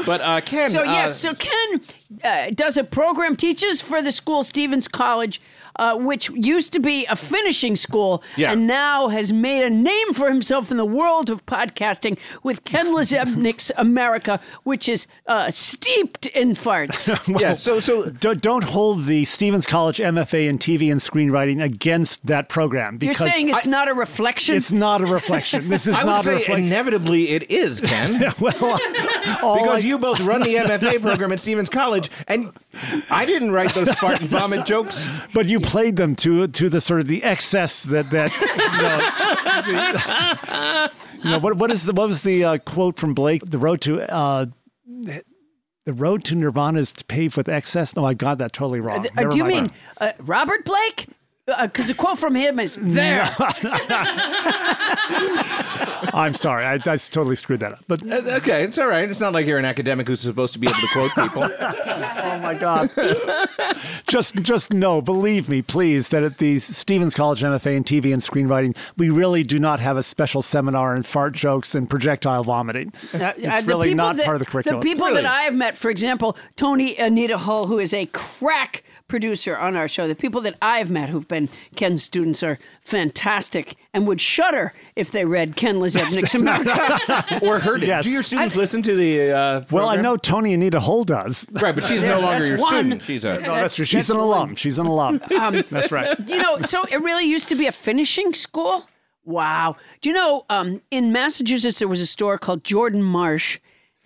But uh, Ken,
So
uh,
yes, so Ken uh, does a program, teaches for the school Stevens College, uh, which used to be a finishing school,
Yeah.
and now has made a name for himself in the world of podcasting with Ken Lezebnik's America, which is uh, steeped in farts.
yeah, so so
don't, don't hold the Stevens College MFA in TV and screenwriting against that program
You're
because
saying it's not a reflection.
it's not a reflection. This is
I would
not
say
a reflection.
inevitably it is, Ken.
well, uh,
because you both run the MFA program at Stevens College, and I didn't write those fart and vomit jokes.
but you played them to to the sort of the excess that that you know what what is the what was the uh, quote from Blake? The road to uh, the road to Nirvana is paved with excess. No, I got that totally wrong.
Uh,
Never
do you
mind.
mean uh, Robert Blake? Because the quote from him is there.
I'm sorry, I, I totally screwed that up. But
Uh, Okay, it's all right. It's not like you're an academic who's supposed to be able to quote people.
oh my god, just just no, believe me, please, that at the Stevens College MFA in TV and screenwriting, we really do not have a special seminar in fart jokes and projectile vomiting.
Uh,
it's
uh,
really
people
not
that-
part of the curriculum.
The people that I have met, for example, Tony Anita Hull, who is a crack producer on our show, the people that I've met who've been Ken's students are fantastic and would shudder if they read Ken Lezebnik's America.
or heard it.
Yes.
Do your students listen to the? Uh,
Well, I
program?
know Tony Anita Hull does.
Right, but she's
Yeah,
no longer
that's
your
one.
student. She's a.
No, that's,
That's-
true. She's
that's
an
the
alum. She's an alum. that's right.
you know, so it really used to be a finishing school. Wow. Do you know, um, in Massachusetts, there was a store called Jordan Marsh.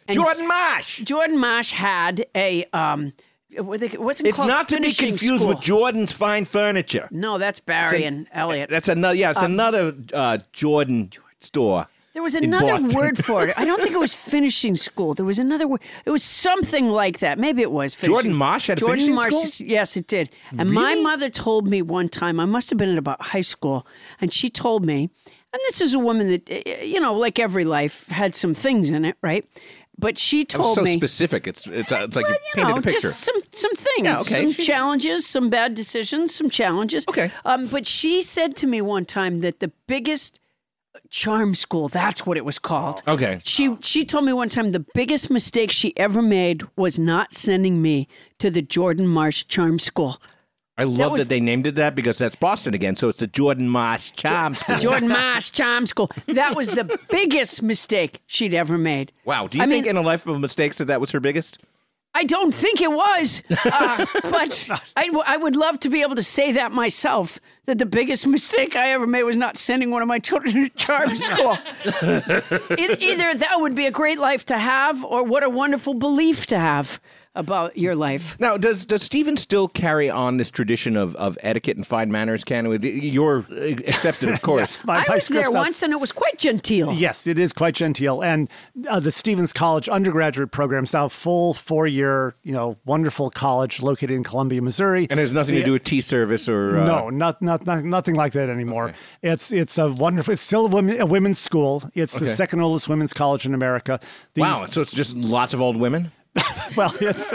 and
Jordan Marsh.
Jordan Marsh had a, um, what they- what's it
It's
called?
not to be
Finishing
confused
school.
with Jordan's Fine Furniture.
No, that's Barry
It's an-
and Elliot.
That's another. Yeah, it's
Um,
another uh, Jordan store.
There was
in
another
Boston.
word for it. I don't think it was finishing school. There was another word. It was something like that. Maybe it was finishing.
Jordan Marsh had a
Jordan
finishing
Marsh,
school?
Yes, it did. And my
Really?
mother told me one time. I must have been at about high school, and she told me. And this is a woman that eh, you know, like every life, had some things in it, right? But she
That was
told
so
me.
specific. It's it's, uh, it's like you
you
painted
know,
a picture.
Just some some things,
Yeah, okay.
some challenges, some bad decisions, some challenges.
Okay.
Um, but she said to me one time that the biggest charm school, that's what it was called.
Okay.
She she told me one time the biggest mistake she ever made was not sending me to the Jordan Marsh Charm School.
I love that,
was-
they named it that because that's Boston again. So it's the Jordan Marsh Charm School.
Jordan Marsh Charm School. That was the biggest mistake she'd ever made.
Wow. Do you
I
think
mean-
in a life of mistakes that that was her biggest?
I don't think it was, uh, but I, w- I would love to be able to say that myself. That the biggest mistake I ever made was not sending one of my children to charm school. it, either that would be a great life to have, or what a wonderful belief to have. about your life.
Now, does does Stephen still carry on this tradition of, of etiquette and fine manners, Can You're uh, accepted, of course.
I was there once and it was quite genteel.
Yes, it is quite genteel. And uh, the Stevens College undergraduate program is now a full four year, you know, wonderful college located in Columbia, Missouri.
and it has nothing to
The-
do with tea service or uh,
no, not, not not nothing like that anymore. It's it's a wonderful. It's still a, women, a women's school. It's the
Okay.
second oldest women's college in America. These-
Wow, so it's just lots of old women.
well, it's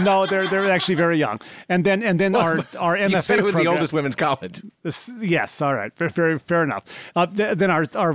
no, they're they're actually very young. And then and then our our MFA
you said it was the
program-
oldest women's college.
This- yes, all right, fair, fair, fair enough. Uh, th- then our our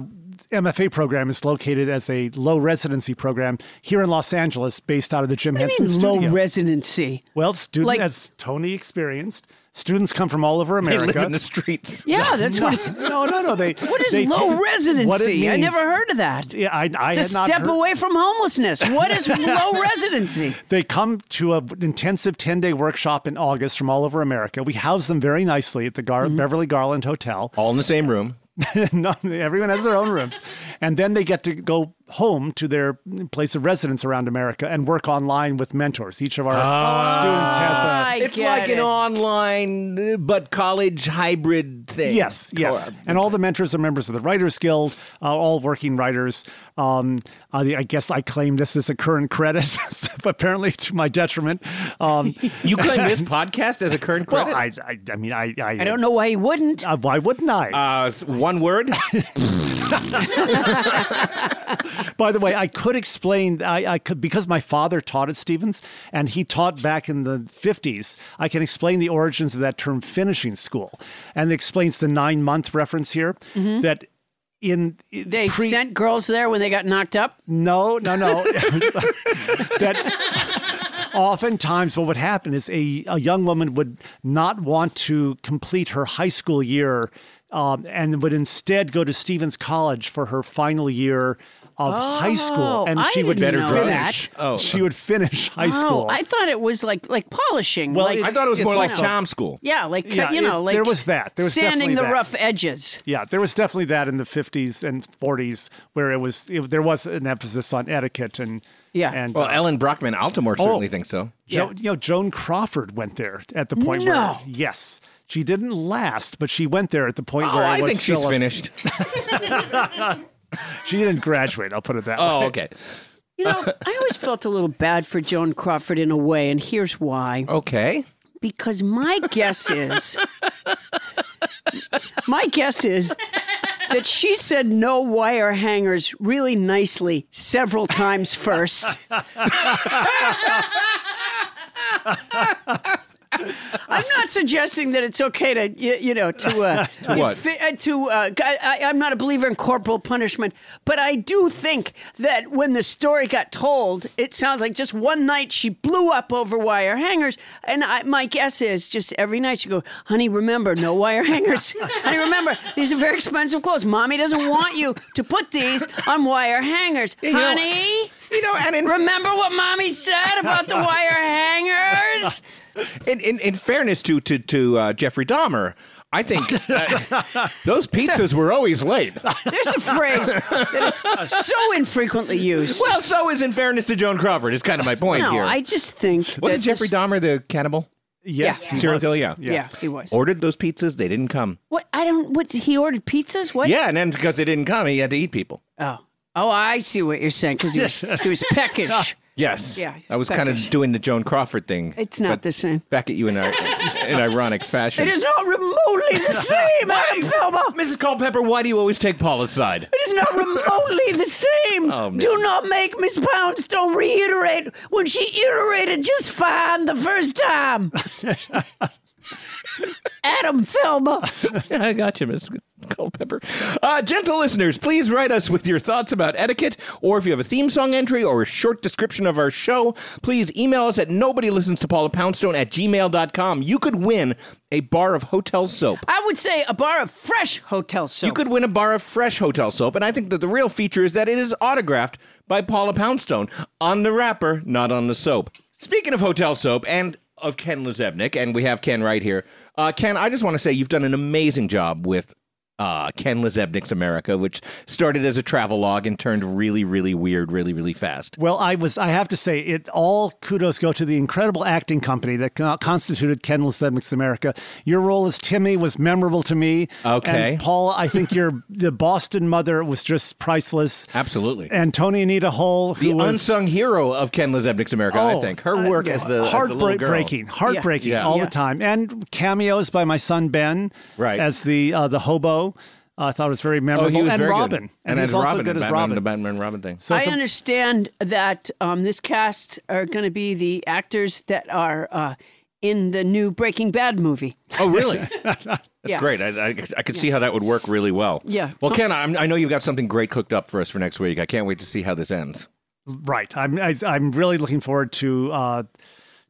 MFA program is located as a low residency program here in Los Angeles, based out of the Jim
do you
Henson
mean low
Studios.
residency.
Well, student
Like-
as Tony experienced, students come from all over
They
America.
live in the streets.
Yeah, that's
no,
what it's-
No, no, no. They.
What is
they
low
take-
residency?
What it
I
means-
never heard of that.
Yeah, I, I
It's a
had not
step
heard-
away from homelessness. What is low residency?
They come to an intensive 10 day workshop in August from all over America. We house them very nicely at the Gar- Beverly Garland Hotel.
All in the same room.
no, everyone has their own rooms. And then they get to go home to their place of residence around America and work online with mentors. Each of our
Ah.
students has a.
it's like an online uh, but college hybrid thing.
Yes, yes. And all the mentors are members of the Writers Guild, uh, all working writers. Um, uh, the- I guess I claim this as a current credit, so apparently to my detriment. Um,
You claim this podcast as a current credit?
Well, I, I, I mean, I, I,
I don't know why he wouldn't.
Uh, why wouldn't I?
Uh, one word.
By the way, I could explain. I, I could because my father taught at Stevens, and he taught back in the fifties. I can explain the origins of that term "finishing school," and it explains the nine-month reference here. That in
They sent girls there when they got knocked up.
No, no, no. that oftentimes what would happen is a, a young woman would not want to complete her high school year um, and would instead go to Stevens College for her final year of high
Oh,
school and
I
she would
didn't know
finish
that. Oh.
she would finish high
Oh,
school
I thought it was like like polishing.
Well,
like,
it- I thought it was it's more like also- charm
school.
Yeah, like
Yeah,
you know,
it-
like
there was that. There was
sanding
definitely
the
that.
rough edges.
yeah there was definitely that in the 50s and 40s where it was it, there was an emphasis on etiquette and
Yeah.
and
Well,
uh,
Ellen Brockman Altimore
Oh.
certainly thinks so.
Jo- You know, Joan Crawford went there at the point
No.
where yes, she didn't last, but she went there at the point
Oh,
where it
I
was
think she's
still a-
finished.
she didn't graduate. I'll put it that way.
Oh, okay.
You know, I always felt a little bad for Joan Crawford in a way, and here's why.
Oh. Okay.
Because my guess is, my guess is that she said no wire hangers really nicely several times first. I'm not suggesting that it's okay to you, you know to uh,
To what?
defi- uh, to uh, g- I, am not a believer in corporal punishment, but I do think that when the story got told, it sounds like just one night she blew up over wire hangers, and I, my guess is just every night she go, "Honey, remember no wire hangers. Honey, remember these are very expensive clothes. Mommy doesn't want you to put these on wire hangers,
know-
honey."
you know, and
remember what mommy said about the wire hangers.
In, in, in fairness to to to uh, Jeffrey Dahmer, I think uh, those pizzas were always late.
There's a phrase that is so infrequently used.
Well, so is in fairness to Joan Crawford is kind of my point
no,
here.
I just think
Wasn't
that
Jeffrey
this-
Dahmer the cannibal?
Yes,
Yeah.
he
Serial
was.
killer, yeah.
Yes.
Yeah, he was.
Ordered those pizzas, they didn't come.
What I don't. What he ordered pizzas? What?
Yeah, and then because they didn't come, he had to eat people.
Oh. Oh, I see what you're saying because he was he was peckish.
Yes.
Yeah,
I was kind of doing the Joan Crawford thing.
It's not
but
the same.
Back at you in, our, in ironic fashion.
It is not remotely the same, Adam Filmer.
Mrs. Culpepper, why do you always take Paula's side?
It is not remotely the same.
Oh, Mrs.
Do not make Miss Poundstone reiterate when she iterated just fine the first time. Adam Filmer.
I got you, Miss Culpepper. Uh, gentle listeners, please write us with your thoughts about etiquette, or if you have a theme song entry or a short description of our show, please email us at nobody listens to Paula Poundstone at gmail.com. You could win a bar of hotel soap.
I would say a bar of fresh hotel soap.
You could win a bar of fresh hotel soap, and I think that the real feature is that it is autographed by Paula Poundstone on the wrapper, not on the soap. Speaking of hotel soap and of Ken Lezebnik, and we have Ken right here. Uh, Ken, I just want to say you've done an amazing job with uh, Ken Lezebnik's America, which started as a travelogue and turned really, really weird, really, really fast.
Well, I was. I have to say, it all kudos go to the incredible acting company that con- constituted Ken Lezebnik's America. Your role as Timmy was memorable to me.
Okay.
and Paul, I think your the Boston mother was just priceless.
Absolutely.
And Tony Anita Hull, who
The
was
unsung hero of Ken Lezebnik's America, I
Oh,
think. Her work as the as the little girl.
heartbreaking, heartbreaking
Yeah.
all
Yeah.
the time, and cameos by my son Ben,
Right.
as the uh, the hobo. I thought it was very memorable,
Oh, he was
and
very good.
Robin,
and,
he
as
was also
Robin,
good
in
as
Batman,
Robin.
the Batman Robin thing.
I understand that um, this cast are going to be the actors that are uh, in the new Breaking Bad movie.
Oh, really? That's
Yeah.
great. I, I, I could see how that would work really well.
Yeah.
Well,
Tom-
Ken, I'm, I know you've got something great cooked up for us for next week. I can't wait to see how this ends.
Right. I'm I, I'm really looking forward to uh,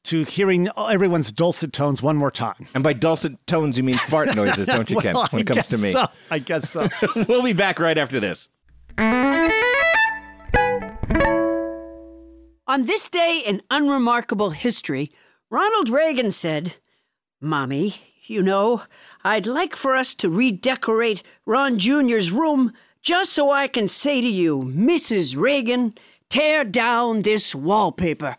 to hearing everyone's dulcet tones one more time.
And by dulcet tones, you mean fart noises, don't you, Ken,
Well,
when it
I
comes to
guess
me?
so. I guess so.
we'll be back right after this.
On this day in unremarkable history, Ronald Reagan said, Mommy, you know, I'd like for us to redecorate Ron Jr.'s room just so I can say to you, Mrs. Reagan, tear down this wallpaper.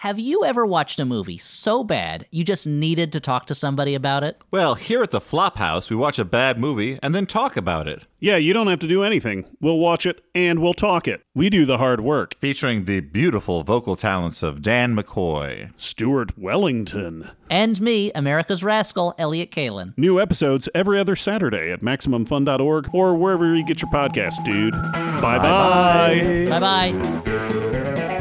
Have you ever watched a movie so bad you just needed to talk to somebody about it?
Well, here at the Flophouse, we watch a bad movie and then talk about it.
Yeah, you don't have to do anything. We'll watch it and we'll talk it. We do the hard work.
Featuring the beautiful vocal talents of Dan McCoy,
Stuart Wellington.
And me, America's Rascal, Elliot Kalin.
New episodes every other Saturday at MaximumFun.org or wherever you get your podcast, dude. Bye bye.
Bye bye.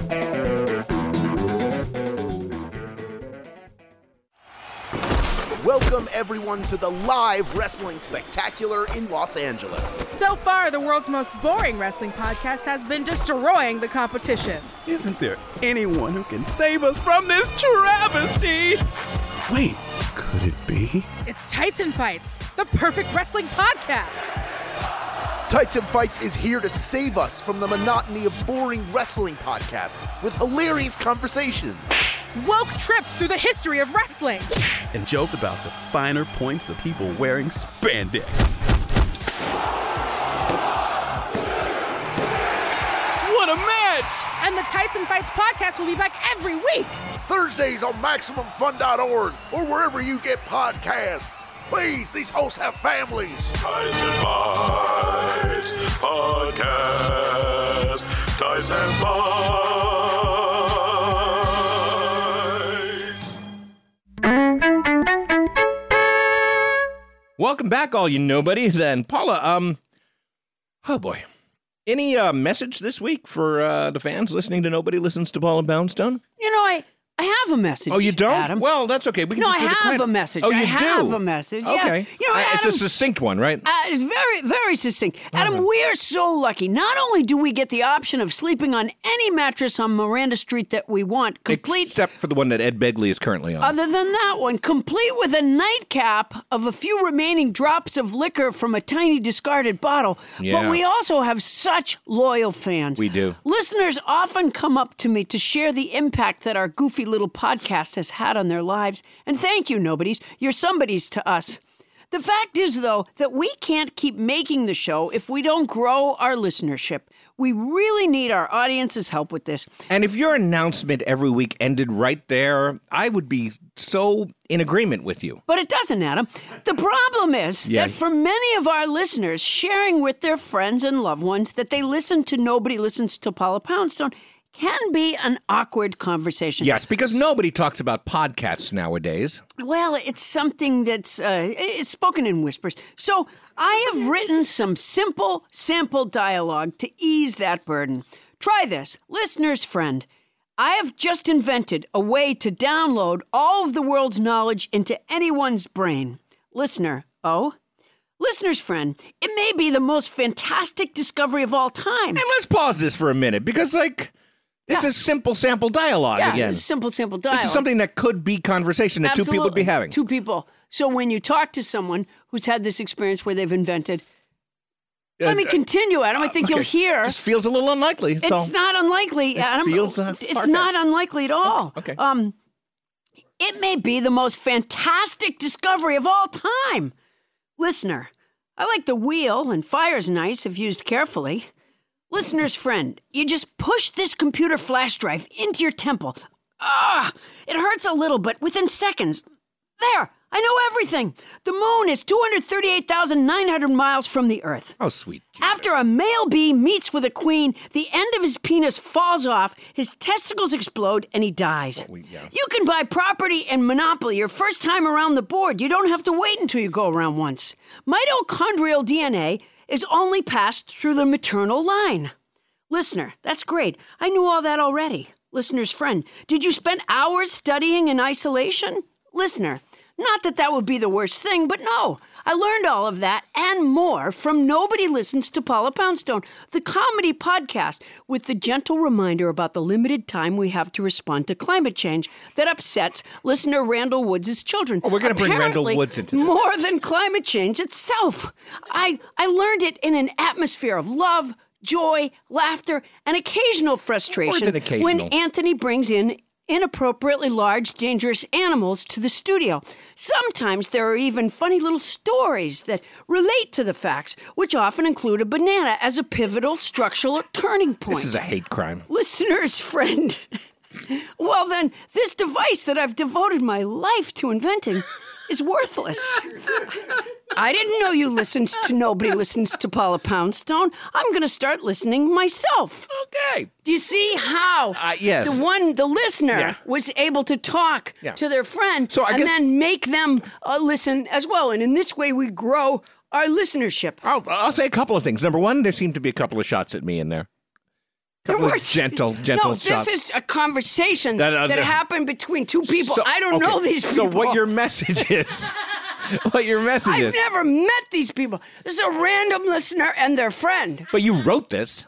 Welcome everyone to the live wrestling spectacular in Los Angeles.
So far, the world's most boring wrestling podcast has been destroying the competition.
Isn't there anyone who can save us from this travesty? Wait, could it be?
It's Titan Fights, the perfect wrestling podcast.
Tights and Fights is here to save us from the monotony of boring wrestling podcasts with hilarious conversations
Woke trips through the history of wrestling.
And joke about the finer points of people wearing spandex.
What a match! And the Titan Fights podcast will be back every week.
Thursdays on MaximumFun.org or wherever you get podcasts. Please, these hosts have families.
Ties and Bites Podcast. Ties and Bites.
Welcome back, all you nobodies. And Paula, um, oh boy. Any uh, message this week for uh, the fans listening to Nobody Listens to Paula Poundstone?
You know, I, I have a message.
Oh, you don't?
Adam.
Well, that's okay. We can
no,
just
I
do the
have
clip.
a message.
Oh, you
I
do?
have a message. yeah.
Okay.
You know,
Uh,
Adam,
it's a succinct one, right?
Uh, it's very, very succinct. Adam, we're so lucky. Not only do we get the option of sleeping on any mattress on Miranda Street that we want, complete.
Except for the one that Ed Begley is currently on.
Other than that one, complete with a nightcap of a few remaining drops of liquor from a tiny discarded bottle.
Yeah.
But we also have such loyal fans.
we do.
Listeners often come up to me to share the impact that our goofy little podcast has had on their lives. And thank you, nobodies. You're somebodies to us. The fact is, though, that we can't keep making the show if we don't grow our listenership. We really need our audience's help with this.
And if your announcement every week ended right there, I would be so in agreement with you.
But it doesn't, Adam. The problem is
Yeah.
that for many of our listeners, sharing with their friends and loved ones that they listen to Nobody Listens to Paula Poundstone can be an awkward conversation.
Yes, because nobody talks about podcasts nowadays.
Well, it's something that's uh, it's spoken in whispers. So I have written some simple sample dialogue to ease that burden. Try this, listener's friend. I have just invented a way to download all of the world's knowledge into anyone's brain. Listener, oh? Listener's friend, it may be the most fantastic discovery of all time.
And let's pause this for a minute because, like, this is simple sample dialogue
yeah,
again.
it's simple, simple dialogue.
This is something that could be conversation that two people would be
Absolutely.
having.
Two people. So when you talk to someone who's had this experience where they've invented,
Uh,
let me
uh,
continue, Adam. I think
okay.
you'll hear.
Just feels a little unlikely.
it's not unlikely,
It
Adam.
feels, uh, Oh,
it's
far-fetched.
not unlikely at all. Okay. Um,
It may
be the most fantastic discovery of all time. Listener, I like the wheel, and fire's nice if used carefully. Listener's friend, you just push this computer flash drive into your temple. Ah, it hurts a little, but within seconds. There, I know everything. The moon is 238,900 miles from the Earth.
Oh, sweet.
After a male bee meets with a queen, the end of his penis falls off, his testicles explode, and he dies. You can buy property and monopoly your first time around the board. You don't have to wait until you go around once. Mitochondrial DNA is only passed through the maternal line. Listener, that's great. I knew all that already. Listener's friend, did you spend hours studying in isolation? Listener, not that that would be the worst thing, but no. I learned all of that and more from Nobody Listens to Paula Poundstone, the comedy podcast, with the gentle reminder about the limited time we have to respond to climate change that upsets listener Randall Woods' children.
Oh, we're gonna bring Randall
Apparently,
Woods into
more than climate change itself. I, I learned it in an atmosphere of love, joy, laughter, and occasional frustration
More than occasional.
when Anthony brings in inappropriately large, dangerous animals to the studio. Sometimes there are even funny little stories that relate to the facts, which often include a banana as a pivotal structural turning point.
This is a hate crime.
Listener's friend. well, then, this device that I've devoted my life to inventing is worthless. I didn't know you listened to Nobody Listens to Paula Poundstone. I'm going to start listening myself.
Okay.
Do you see how
Uh, yes.
the one, the listener,
Yeah.
was able to talk
Yeah.
to their friend
So I
and
guess-
then make them uh, listen as well? And in this way, we grow our listenership.
I'll, I'll say a couple of things. Number one, there seemed to be a couple of shots at me in there.
There
Couple
were-
of gentle, gentle
no,
shots.
this is a conversation
That-
that,
uh, that-
happened between two people.
So-
I don't
okay.
know these people.
So what your message is? what your message
I've
is?
never met these people. This is a random listener and their friend.
But you wrote this.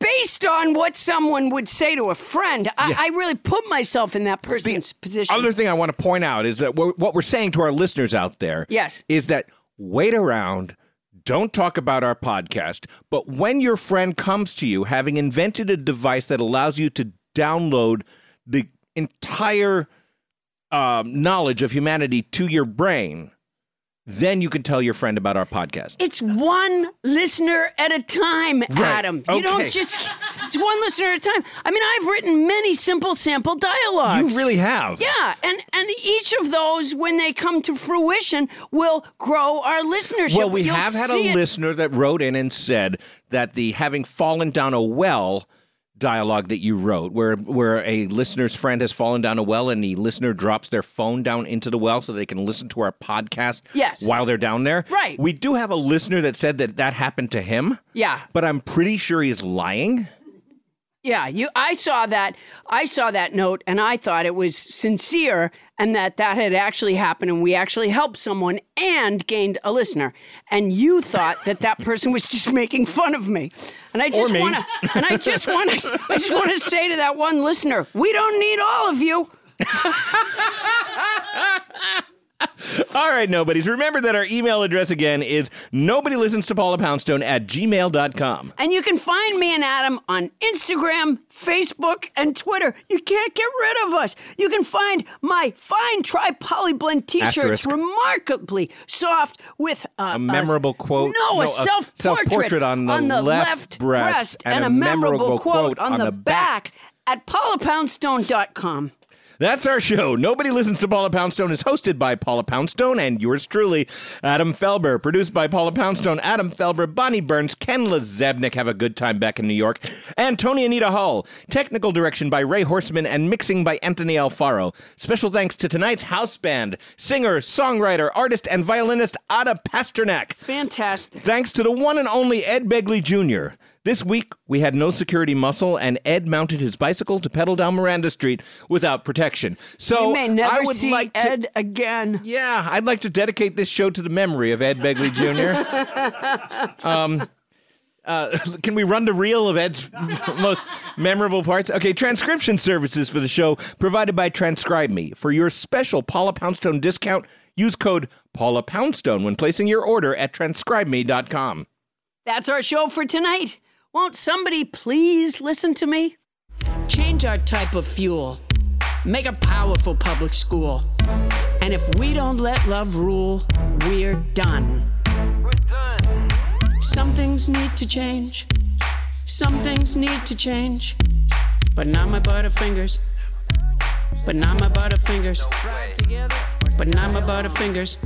Based on what someone would say to a friend, I,
Yeah.
I really put myself in that person's position.
Other thing I want to point out is that we what we're saying to our listeners out there,
Yes.
is that wait around, don't talk about our podcast. But when your friend comes to you, having invented a device that allows you to download the entire um, knowledge of humanity to your brain, then you can tell your friend about our podcast.
It's one listener at a time,
Right.
Adam. You
Okay.
don't just. It's one listener at a time. I mean, I've written many simple sample dialogues.
You really have.
Yeah, and and each of those, when they come to fruition, will grow our listenership.
Well, we
You'll
have had
see
a
it.
listener that wrote in and said that the having fallen down a well dialogue that you wrote, where where a listener's friend has fallen down a well and the listener drops their phone down into the well so they can listen to our podcast
Yes.
while they're down there.
Right.
We do have a listener that said that that happened to him,
Yeah,
but I'm pretty sure he's lying.
yeah. You, I saw that. I saw that note, and I thought it was sincere, and that that had actually happened, and we actually helped someone and gained a listener. And you thought that that person was just making fun of me, and I just
me.
want to. And I just want to. I just want to say to that one listener, we don't need all of you.
All right, nobodies. Remember that our email address again is nobody listens to Paula Poundstone at gmail.com.
And you can find me and Adam on Instagram, Facebook, and Twitter. You can't get rid of us. You can find my fine tri polyblend t shirts,
Asterisk.
remarkably soft with uh,
a memorable quote.
No, a
a
self portrait
self-portrait on the, left, breast,
and, a memorable quote on, the back, at paulapoundstone.com.
That's our show. Nobody Listens to Paula Poundstone is hosted by Paula Poundstone and yours truly, Adam Felber. Produced by Paula Poundstone, Adam Felber, Bonnie Burns, Ken Lazebnik. Have a good time back in New York. And Tony Anita Hall. Technical direction by Ray Horseman and mixing by Anthony Alfaro. Special thanks to tonight's house band, singer, songwriter, artist, and violinist Ada Pasternak.
Fantastic.
Thanks to the one and only Ed Begley Jr. This week, we had no security muscle, and Ed mounted his bicycle to pedal down Miranda Street without protection. So
you may never
I would
see
like to,
Ed again.
yeah, I'd like to dedicate this show to the memory of Ed Begley Jr. um, uh, can we run the reel of Ed's most memorable parts? Okay, transcription services for the show provided by Transcribe Me. For your special Paula Poundstone discount, use code Paula Poundstone when placing your order at transcribeme.com.
That's our show for tonight. Won't somebody please listen to me? Change our type of fuel. make a powerful public school. And if we don't let love rule, we're done. We're done. Some things need to change. Some things need to change. But not my butterfingers. But not my butterfingers. But not my butterfingers.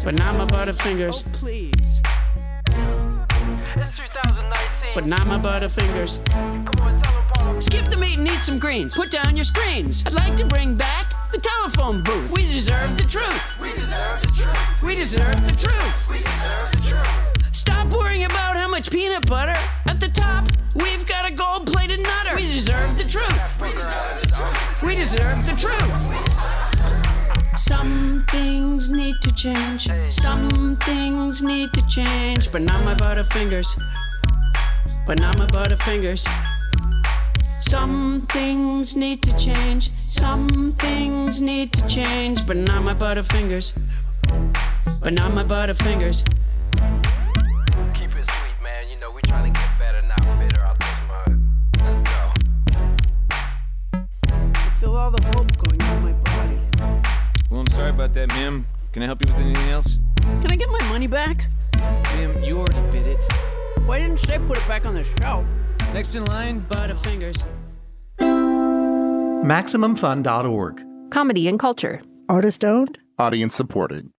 But not my butterfingers.
Please.
But not my butterfingers. Skip the meat and eat some greens. Put down your screens. I'd like to bring back the telephone booth. We deserve the truth. We deserve the truth. We deserve the truth. We deserve the truth. Stop worrying about how much peanut butter. At the top, we've got a gold plated nutter. We deserve the truth. We deserve the truth. We deserve the truth. Some things need to change. Some things need to change. But not my butterfingers. But not my butterfingers. Some things need to change. Some things need to change, but not my butterfingers. But not my butterfingers.
Keep it sweet, man. You know, we trying to get better, not bitter out this mud. Let's go.
I feel all the hope going through my body.
Well, I'm sorry about that, ma'am. Can I help you with anything else?
Can I get my money back?
Ma'am, you already bid it.
Why didn't she put it back on the shelf?
Next in line,
butterfingers.
MaximumFun.org.
Comedy and culture.
Artist owned?
Audience supported.